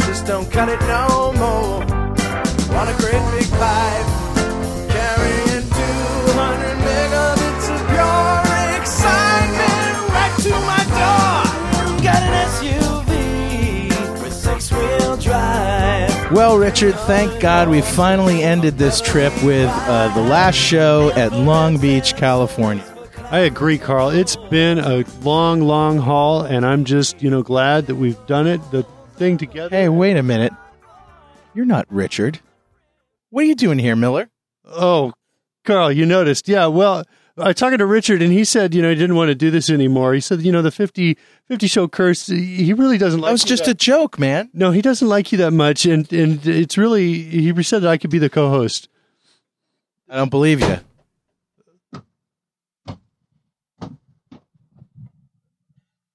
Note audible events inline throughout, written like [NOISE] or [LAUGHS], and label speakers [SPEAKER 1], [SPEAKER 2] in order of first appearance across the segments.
[SPEAKER 1] just don't cut it no more. Want a great big pipe carrying 200 megabits of pure excitement right to my door. Got an SUV with six-wheel drive.
[SPEAKER 2] Well, Richard, thank God we finally ended this trip with uh, the last show at Long Beach, California.
[SPEAKER 3] I agree, Carl. It's been a long, long haul, and I'm just, you know, glad that we've done it, the thing together.
[SPEAKER 2] Hey, wait a minute. You're not Richard. What are you doing here, Miller?
[SPEAKER 3] Oh, Carl, you noticed. Yeah, well, I talking to Richard, and he said, you know, he didn't want to do this anymore. He said, you know, the 50, 50 show curse, he really doesn't like
[SPEAKER 2] That was
[SPEAKER 3] you
[SPEAKER 2] just
[SPEAKER 3] that-
[SPEAKER 2] a joke, man.
[SPEAKER 3] No, he doesn't like you that much, and, and it's really, he said that I could be the co host.
[SPEAKER 2] I don't believe you.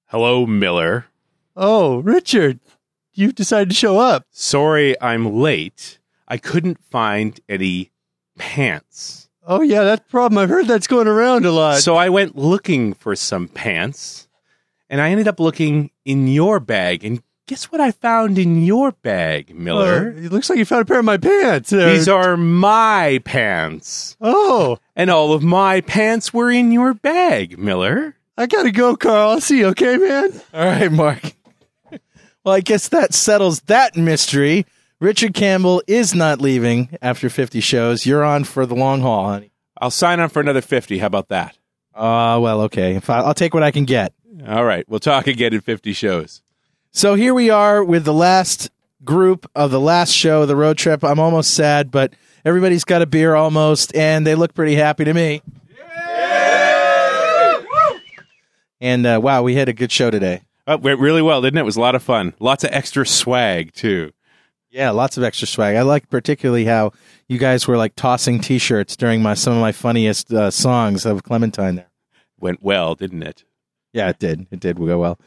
[SPEAKER 4] Hello, Miller.
[SPEAKER 3] Oh, Richard, you decided to show up.
[SPEAKER 4] Sorry I'm late. I couldn't find any pants.
[SPEAKER 3] Oh, yeah, that [LAUGHS] problem. I've heard that's going around a lot.
[SPEAKER 4] So I went looking for some pants and I ended up looking in your bag. And guess what I found in your bag,
[SPEAKER 3] Oh,
[SPEAKER 4] Miller?
[SPEAKER 3] it looks like you found a pair of my pants. There.
[SPEAKER 4] These are my pants.
[SPEAKER 3] Oh,
[SPEAKER 4] And all of my pants were in your bag, Miller.
[SPEAKER 3] I gotta go, Carl. I'll see you. Okay, man.
[SPEAKER 2] All right, Mark. Well, I guess that settles that mystery. Richard Campbell is not leaving after 50 shows. You're on for the long haul, honey.
[SPEAKER 4] I'll sign on for another 50. How about that?
[SPEAKER 2] Uh, well, okay. If I- I'll take what I can get.
[SPEAKER 4] All right. We'll talk again in 50 shows.
[SPEAKER 2] So here we are with the last group of the last show, the road trip. I'm almost sad, but everybody's got a beer almost, and they look pretty happy to me. And uh, wow, we had a good show today.
[SPEAKER 4] Oh, it went really well, didn't it? It was a lot of fun. Lots of extra swag, too.
[SPEAKER 2] Yeah, lots of extra swag. I liked particularly how you guys were like tossing T-shirts during my some of my funniest uh, songs of Clementine. There,
[SPEAKER 4] Went well, didn't it?
[SPEAKER 2] yeah, it did. It did go well.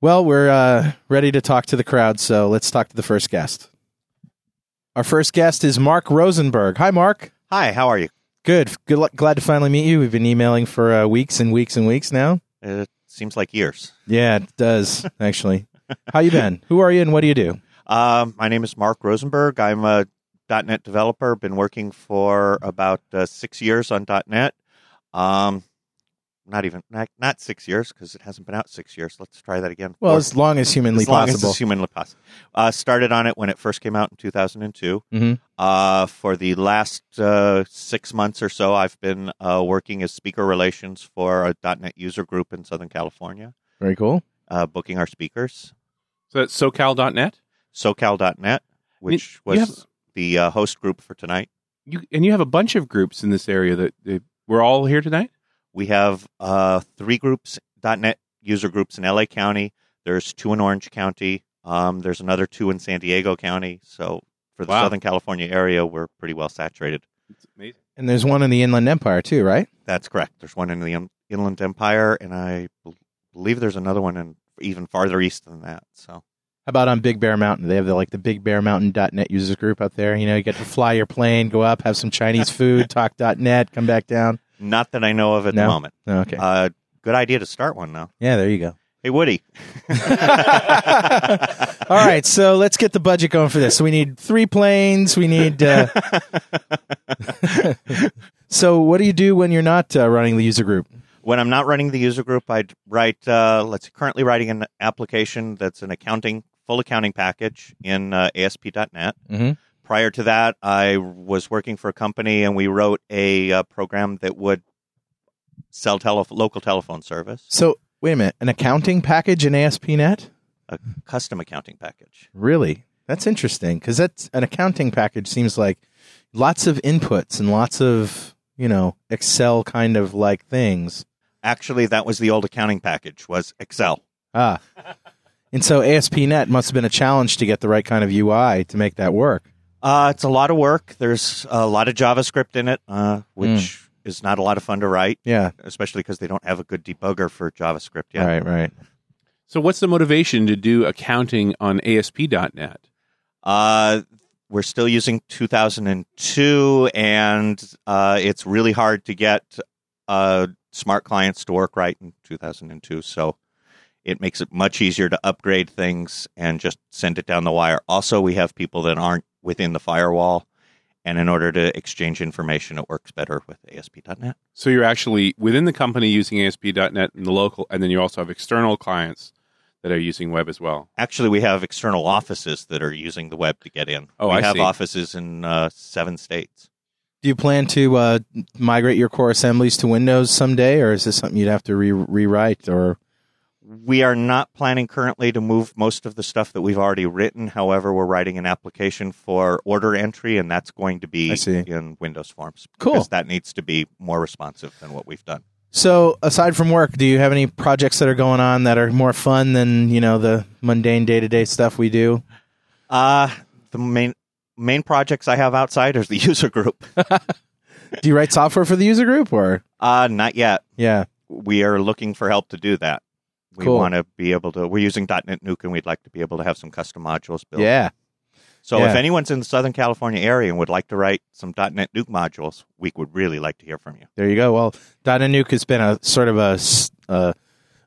[SPEAKER 2] Well, we're uh, ready to talk to the crowd, so let's talk to the first guest. Our first guest is Mark Rosenberg. Hi, Mark.
[SPEAKER 5] Hi, how are you?
[SPEAKER 2] Good. Good. luck glad to finally meet you. We've been emailing for uh, weeks and weeks and weeks now.
[SPEAKER 5] It seems like years.
[SPEAKER 2] Yeah,
[SPEAKER 5] [LAUGHS]
[SPEAKER 2] it does actually. How you been? Who are you and what do you do?
[SPEAKER 5] Um, my name is Mark Rosenberg. I'm a .NET developer. Been working for about uh, six years on .NET. Um, not even not, not six years because it hasn't been out six years. Let's try that again.
[SPEAKER 2] Well,
[SPEAKER 5] Or-
[SPEAKER 2] as long as humanly
[SPEAKER 5] as long
[SPEAKER 2] possible.
[SPEAKER 5] as it's humanly possible. Uh, started on it when it first came out in 2002.
[SPEAKER 2] Mhm.
[SPEAKER 5] Uh, for the last uh, six months or so, I've been uh, working as speaker relations for a .NET user group in Southern California,
[SPEAKER 2] Very cool.
[SPEAKER 5] uh, booking our speakers.
[SPEAKER 4] So that's socal.net?
[SPEAKER 5] SoCal.net, which was
[SPEAKER 4] yeah.
[SPEAKER 5] the uh, host group for tonight.
[SPEAKER 4] You, and you have a bunch of groups in this area that that we're all here tonight?
[SPEAKER 5] We have uh, three groups .net user groups in LA County. There's two in Orange County. Um, there's another two in San Diego County. So for the
[SPEAKER 4] Wow.
[SPEAKER 5] Southern California area, we're pretty well saturated.
[SPEAKER 4] It's amazing.
[SPEAKER 2] And there's one in the Inland Empire too, right?
[SPEAKER 5] That's correct. There's one in the in- Inland Empire, and I bel believe there's another one in even farther east than that. So
[SPEAKER 2] How about on Big Bear Mountain? They have the, like the Big Bear Mountain.net users group up there. You know, you get to fly your plane, go up, have
[SPEAKER 5] [LAUGHS]
[SPEAKER 2] some Chinese food, talk .net, come back down.
[SPEAKER 5] not that I know of at
[SPEAKER 2] No?
[SPEAKER 5] the moment.
[SPEAKER 2] Okay.
[SPEAKER 5] Uh, good idea to start one though.
[SPEAKER 2] yeah, there you go.
[SPEAKER 5] Hey Woody.
[SPEAKER 2] All right, so let's get the budget going for this. So we need three planes. We need. Uh... [LAUGHS] so what do you do when you're not uh, running the user group?
[SPEAKER 5] when I'm not running the user group, I would write. Uh, let's see, currently writing an application that's an accounting full accounting package in uh, ASP.NET.
[SPEAKER 2] Mhm.
[SPEAKER 5] Prior to that, I was working for a company, and we wrote a uh, program that would sell tele- local telephone service,
[SPEAKER 2] So wait a minute, an accounting package in ASP.NET?
[SPEAKER 5] a custom accounting package.
[SPEAKER 2] Really? That's interesting because that's an accounting package seems like lots of inputs and lots of you know Excel kind of like things.
[SPEAKER 5] Actually, that was the old accounting package was Excel.
[SPEAKER 2] Ah, [LAUGHS] and so ASP.NET must have been a challenge to get the right kind of UI to make that work.
[SPEAKER 5] Uh, it's a lot of work. There's a lot of JavaScript in it, uh, which is not a lot of fun to write,
[SPEAKER 2] Hmm. Yeah.
[SPEAKER 5] especially because they don't have a good debugger for JavaScript yet.
[SPEAKER 2] Right. Right.
[SPEAKER 4] So what's the motivation to do accounting on ASP.net?
[SPEAKER 5] Uh, we're still using 2002, and uh, it's really hard to get uh, smart clients to work right in 2002. So It makes it much easier to upgrade things and just send it down the wire. Also, we have people that aren't within the firewall. And in order to exchange information, it works better with ASP.NET.
[SPEAKER 6] So you're actually within the company using ASP.NET and the local, and then you also have external clients that are using web as well.
[SPEAKER 5] Actually, we have external offices that are using the web to get in.
[SPEAKER 6] Oh,
[SPEAKER 5] we
[SPEAKER 6] I
[SPEAKER 5] have
[SPEAKER 6] see.
[SPEAKER 5] offices in uh, seven states.
[SPEAKER 2] Do you plan to uh, migrate your core assemblies to Windows someday, or is this something you'd have to re- rewrite? Or
[SPEAKER 5] We are not planning currently to move most of the stuff that we've already written. However, we're writing an application for order entry, and that's going to be
[SPEAKER 2] I see.
[SPEAKER 5] in Windows Forms.
[SPEAKER 2] Cool.
[SPEAKER 5] Because that needs to be more responsive than what we've done.
[SPEAKER 2] so, aside from work, do you have any projects that are going on that are more fun than you know the mundane day to day stuff we do?
[SPEAKER 5] Uh, the main main projects I have outside is the [LAUGHS] user group.
[SPEAKER 2] Do you write software for the user group, or
[SPEAKER 5] Uh, not yet.
[SPEAKER 2] yeah,
[SPEAKER 5] We are looking for help to do that. We
[SPEAKER 2] Cool.
[SPEAKER 5] want to be able to. We're using .NET Nuke, and we'd like to be able to have some custom modules built.
[SPEAKER 2] yeah,
[SPEAKER 5] So
[SPEAKER 2] Yeah.
[SPEAKER 5] if anyone's in the Southern California area and would like to write some .NET Nuke modules, we would really like to hear from you.
[SPEAKER 2] there you go. Well, Donna Nuke has been a sort of a s- a-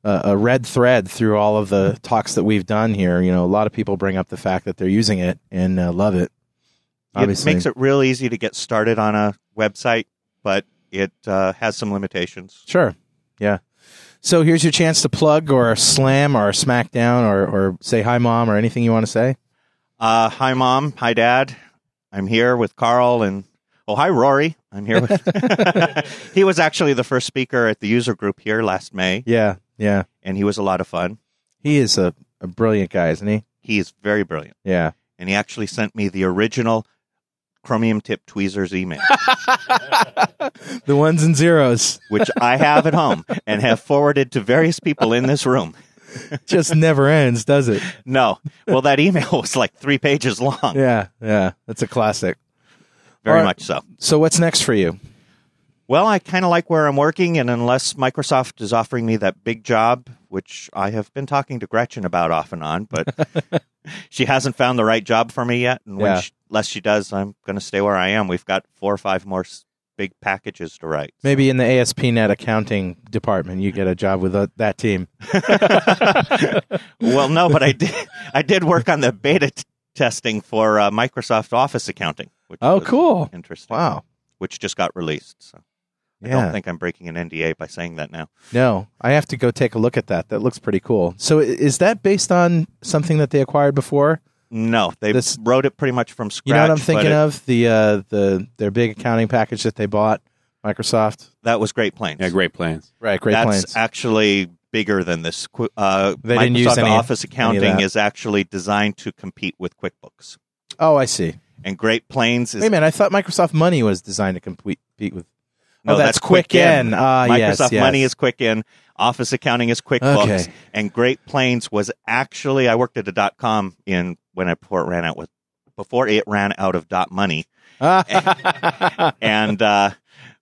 [SPEAKER 2] a a red thread through all of the talks that we've done here. You know, a lot of people bring up the fact that they're using it and uh, love it. Obviously,
[SPEAKER 5] It makes it real easy to get started on a website, but it uh, has some limitations.
[SPEAKER 2] Sure. Yeah. So here's your chance to plug or slam or smack down or, or say hi, mom, or anything you want to say.
[SPEAKER 5] Uh, hi, Mom. Hi, Dad. I'm here with Carl and, oh, hi, Rory. I'm here with, [LAUGHS] he was actually the first speaker at the user group here last May,
[SPEAKER 2] Yeah. Yeah.
[SPEAKER 5] and he was a lot of fun.
[SPEAKER 2] He is a, a brilliant guy, isn't he?
[SPEAKER 5] He is very brilliant.
[SPEAKER 2] Yeah.
[SPEAKER 5] And he actually sent me the original chromium tip tweezers email.
[SPEAKER 2] [LAUGHS] The ones and zeros.
[SPEAKER 5] which I have at home and have forwarded to various people in this room.
[SPEAKER 2] Just never ends, does it?
[SPEAKER 5] No. Well, that email [LAUGHS] was like three pages long.
[SPEAKER 2] Yeah. Yeah. That's a classic.
[SPEAKER 5] Very
[SPEAKER 2] All right.
[SPEAKER 5] much so.
[SPEAKER 2] So what's next for you?
[SPEAKER 5] Well, I kind of like where I'm working, and unless Microsoft is offering me that big job, which I have been talking to Gretchen about off and on,
[SPEAKER 2] [LAUGHS]
[SPEAKER 5] but she hasn't found the right job for me yet. And
[SPEAKER 2] Yeah.
[SPEAKER 5] when she, unless she does, I'm going to stay where I am. We've got four or five more s- big packages to write.
[SPEAKER 2] Maybe in the ASP.NET accounting department, you get a job with uh, that team.
[SPEAKER 5] well, no, but I did. I did work on the beta t- testing for uh, Microsoft Office accounting. Which
[SPEAKER 2] Oh,
[SPEAKER 5] was
[SPEAKER 2] cool.
[SPEAKER 5] Interesting.
[SPEAKER 2] Wow.
[SPEAKER 5] Which just got released. So I
[SPEAKER 2] Yeah.
[SPEAKER 5] don't think I'm breaking an NDA by saying that now.
[SPEAKER 2] No, I have to go take a look at that. That looks pretty cool. So i- is that based on something that they acquired before?
[SPEAKER 5] No, they
[SPEAKER 2] This-
[SPEAKER 5] wrote it pretty much from scratch.
[SPEAKER 2] You know what I'm
[SPEAKER 5] but
[SPEAKER 2] thinking
[SPEAKER 5] it-
[SPEAKER 2] of the uh, the their big accounting package that they bought, Microsoft.
[SPEAKER 5] That was Great Plains.
[SPEAKER 6] Yeah, great plans.
[SPEAKER 2] Right, Great
[SPEAKER 5] That's
[SPEAKER 2] Plains.
[SPEAKER 5] actually bigger than this. Qu- Uh,
[SPEAKER 2] They
[SPEAKER 5] Microsoft
[SPEAKER 2] didn't use any-
[SPEAKER 5] Office accounting
[SPEAKER 2] that.
[SPEAKER 5] is actually designed to compete with QuickBooks,
[SPEAKER 2] oh, I see.
[SPEAKER 5] and Great Plains is
[SPEAKER 2] Wait a minute, I thought Microsoft Money was designed to compete with.
[SPEAKER 5] No,
[SPEAKER 2] oh, that's, Quick In. Ah,
[SPEAKER 5] Microsoft
[SPEAKER 2] yes, yes.
[SPEAKER 5] Money is Quick In. Office Accounting is QuickBooks.
[SPEAKER 2] Okay.
[SPEAKER 5] And Great Plains was actually I worked at a dot com in when I before it ran out with before it ran out of dot
[SPEAKER 2] [LAUGHS]
[SPEAKER 5] money. and uh,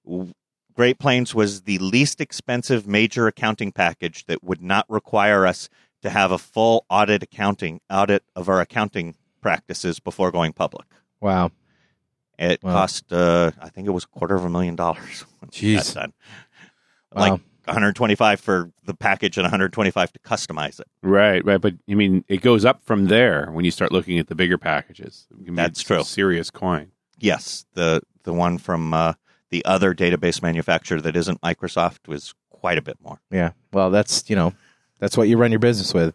[SPEAKER 5] w- Great Plains was the least expensive major accounting package that would not require us to have a full audit accounting audit of our accounting practices before going public.
[SPEAKER 2] Wow.
[SPEAKER 5] It
[SPEAKER 2] Wow.
[SPEAKER 5] cost, uh, I think it was a quarter of a million dollars. when we got
[SPEAKER 2] Jeez.
[SPEAKER 5] done.
[SPEAKER 2] Wow.
[SPEAKER 5] Like 125 for the package and 125 to customize it.
[SPEAKER 6] Right, right. But you mean it goes up from there when you start looking at the bigger packages. It can be
[SPEAKER 5] That's
[SPEAKER 6] a
[SPEAKER 5] true.
[SPEAKER 6] Serious coin.
[SPEAKER 5] Yes, the the one from uh, the other database manufacturer that isn't Microsoft was quite a bit more.
[SPEAKER 2] Yeah. Well, that's you know, that's what you run your business with.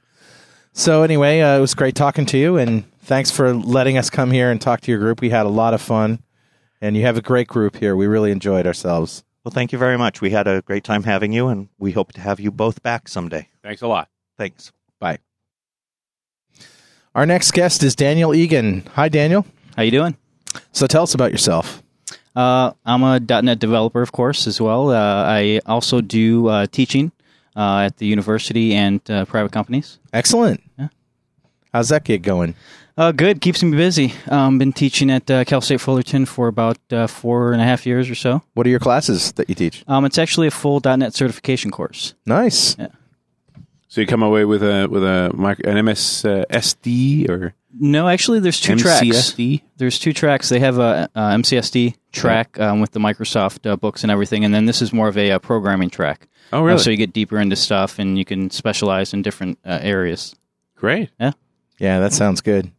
[SPEAKER 2] So anyway, uh, it was great talking to you, and thanks for letting us come here and talk to your group. We had a lot of fun, and you have a great group here. We really enjoyed ourselves.
[SPEAKER 5] Well, thank you very much. We had a great time having you, and we hope to have you both back someday.
[SPEAKER 6] Thanks a lot.
[SPEAKER 5] Thanks.
[SPEAKER 2] Our next guest is Daniel Egan. Hi, Daniel.
[SPEAKER 7] How you doing?
[SPEAKER 2] So tell us about yourself.
[SPEAKER 7] Uh, I'm a .NET developer, of course, as well. Uh, I also do uh, teaching uh, at the university and uh, private companies.
[SPEAKER 2] Excellent.
[SPEAKER 7] Yeah.
[SPEAKER 2] How's that gig going?
[SPEAKER 7] Uh, good, keeps me busy. Um, been teaching at uh, Cal State Fullerton for about uh, four and a half years or so.
[SPEAKER 2] What are your classes that you teach?
[SPEAKER 7] Um, it's actually a full .NET certification course.
[SPEAKER 2] Nice.
[SPEAKER 6] So you come away with a with a mic an MS uh, SD or
[SPEAKER 7] No, actually, there's two tracks.
[SPEAKER 6] MCSD.
[SPEAKER 7] There's two tracks. They have a, uh MCSD track um, with the Microsoft uh, books and everything, and then this is more of a uh, programming track.
[SPEAKER 6] Oh,
[SPEAKER 7] Uh,
[SPEAKER 6] really?
[SPEAKER 7] so you get deeper into stuff, and you can specialize in different uh, areas.
[SPEAKER 6] Great.
[SPEAKER 2] Yeah, that sounds good.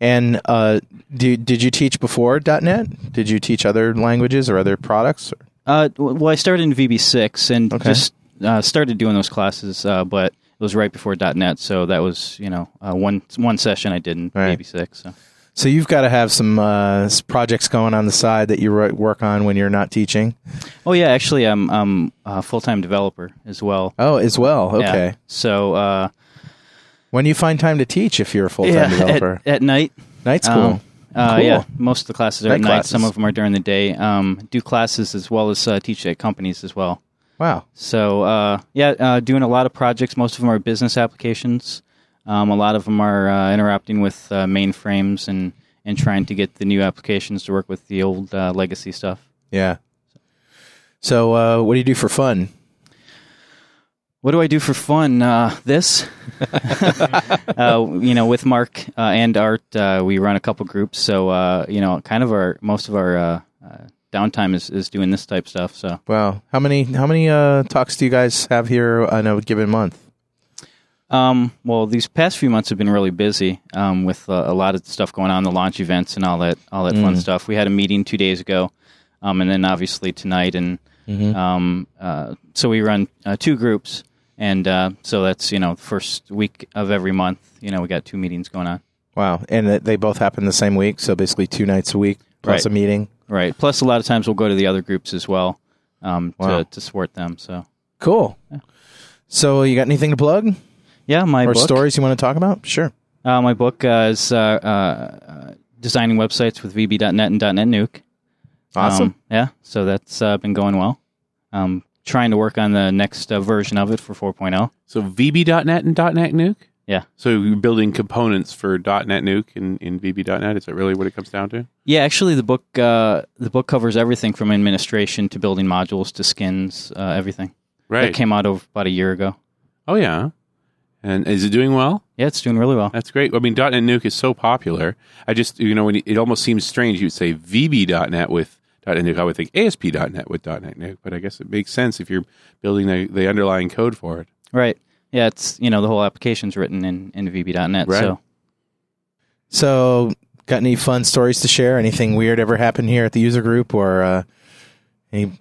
[SPEAKER 2] And uh, do, did you teach before .NET? Did you teach other languages or other products?
[SPEAKER 7] Uh, w- well, I started in VB6 and
[SPEAKER 2] Okay.
[SPEAKER 7] just uh, started doing those classes, uh, but it was right before .NET, so that was you know uh, one one session I did in
[SPEAKER 2] Right.
[SPEAKER 7] VB6. So.
[SPEAKER 2] So you've got to have some uh, s- projects going on the side that you ri- work on when you're not teaching.
[SPEAKER 7] Oh yeah, actually, I'm I'm a full time developer as well.
[SPEAKER 2] Oh, as well.
[SPEAKER 7] Yeah.
[SPEAKER 2] Okay.
[SPEAKER 7] So uh,
[SPEAKER 2] When do you find time to teach if you're a full-time
[SPEAKER 7] yeah, [LAUGHS] at-
[SPEAKER 2] developer?
[SPEAKER 7] at, night.
[SPEAKER 2] Night's cool.
[SPEAKER 7] Um, uh,
[SPEAKER 2] Cool.
[SPEAKER 7] Yeah, most of the classes are
[SPEAKER 2] Night
[SPEAKER 7] at night. Some
[SPEAKER 2] classes.
[SPEAKER 7] of them are during the day. Um, do classes as well as uh, teach at companies as well.
[SPEAKER 2] wow.
[SPEAKER 7] So uh, yeah, uh, doing a lot of projects. Most of them are business applications. Um, a lot of them are uh, interacting with uh, mainframes and and trying to get the new applications to work with the old uh, legacy stuff.
[SPEAKER 2] Yeah. So uh, what do you do for fun?
[SPEAKER 7] What do I do for fun? Uh, this,
[SPEAKER 2] [LAUGHS]
[SPEAKER 7] uh, you know, with Mark uh, and Art, uh, we run a couple groups. So uh, you know, kind of our most of our uh, uh, downtime is, is doing this type stuff. So
[SPEAKER 2] Wow. How many how many uh, talks do you guys have here on a given month?
[SPEAKER 7] Um, well, these past few months have been really busy um, with uh, a lot of stuff going on, the launch events and all that, all that fun stuff. We had a meeting two days ago, um, and then obviously tonight, and um, uh, so we run uh, two groups, and uh, so that's you know the first week of every month. You know, we got two meetings going on,
[SPEAKER 2] Wow. And th- they both happen the same week, so basically two nights a week
[SPEAKER 7] Right.
[SPEAKER 2] plus a meeting.
[SPEAKER 7] right? Plus, a lot of times we'll go to the other groups as well um,
[SPEAKER 2] Wow.
[SPEAKER 7] to to support them. So
[SPEAKER 2] Cool. So you got anything to plug
[SPEAKER 7] yeah, my
[SPEAKER 2] or
[SPEAKER 7] book.
[SPEAKER 2] stories you want to talk about? Sure.
[SPEAKER 7] Uh, my book uh, is uh, uh, designing websites with VB.net and .net Nuke.
[SPEAKER 2] Awesome.
[SPEAKER 7] Um, yeah, so that's uh, been going well. Um, trying to work on the next uh, version of it for 4.0.
[SPEAKER 6] So VB.NET and .NET Nuke.
[SPEAKER 7] Yeah.
[SPEAKER 6] So you're building components for .NET Nuke in, in VB.NET. Is that really what it comes down to?
[SPEAKER 7] Yeah, actually, the book uh, the book covers everything from administration to building modules to skins, uh, everything.
[SPEAKER 6] Right.
[SPEAKER 7] That came out of about a year ago.
[SPEAKER 6] oh yeah. And is it doing well?
[SPEAKER 7] Yeah, it's doing really well.
[SPEAKER 6] That's great. I mean, .NET Nuke is so popular. I just, you know, when you- it almost seems strange, you'd say VB.Net with .NET Nuke. I would think ASP.NET with .NET Nuke, but I guess it makes sense if you're building the, the underlying code for it.
[SPEAKER 7] Right. Yeah, it's you know the whole application's written in in VB.net.
[SPEAKER 6] Right.
[SPEAKER 7] So
[SPEAKER 2] So got any fun stories to share? Anything weird ever happened here at the user group or uh, any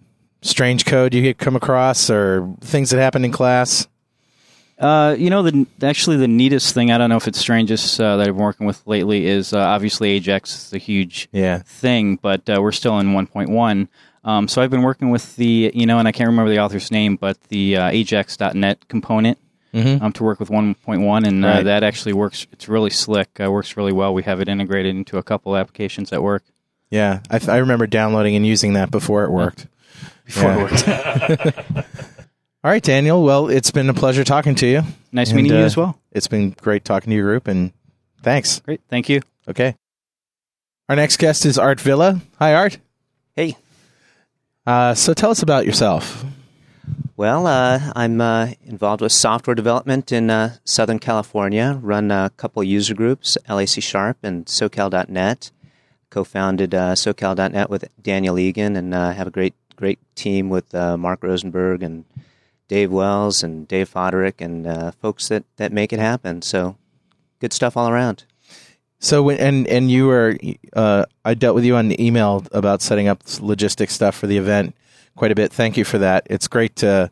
[SPEAKER 2] strange code you get come across or things that happened in class?
[SPEAKER 7] Uh, you know, the actually the neatest thing I don't know if it's strangest uh, that I've been working with lately is uh, obviously Ajax is a huge
[SPEAKER 2] Yeah.
[SPEAKER 7] thing, but uh, we're still in 1.1. Um, so I've been working with the you know, and I can't remember the author's name, but the uh, Ajax.net component um, to work with 1.1, and uh,
[SPEAKER 2] Mm-hmm. Right.
[SPEAKER 7] that actually works. It's really slick. Uh, works really well. We have it integrated into a couple applications at work.
[SPEAKER 2] Yeah. I, th- I remember downloading and using that before it worked. Before it worked. [LAUGHS] All right, Daniel. Well, it's been a pleasure talking to you.
[SPEAKER 7] Nice
[SPEAKER 2] And,
[SPEAKER 7] meeting you
[SPEAKER 2] uh,
[SPEAKER 7] as well.
[SPEAKER 2] It's been great talking to your group and thanks.
[SPEAKER 7] Great, thank you.
[SPEAKER 2] Okay. Our next guest is Art Villa. Hi, Art.
[SPEAKER 8] Hey.
[SPEAKER 2] Uh, so tell us about yourself.
[SPEAKER 8] Well, uh, I'm uh, involved with software development in uh, Southern California. Run a couple user groups, LAC Sharp and SoCal.net. Co-founded uh, SoCal.net with Daniel Egan, and uh, have a great, great team with uh, Mark Rosenberg and Dave Wells and Dave Foderick and uh, folks that that make it happen. So, good stuff all around.
[SPEAKER 2] So when, and and you were uh, I dealt with you on the email about setting up logistics stuff for the event quite a bit. Thank you for that. It's great to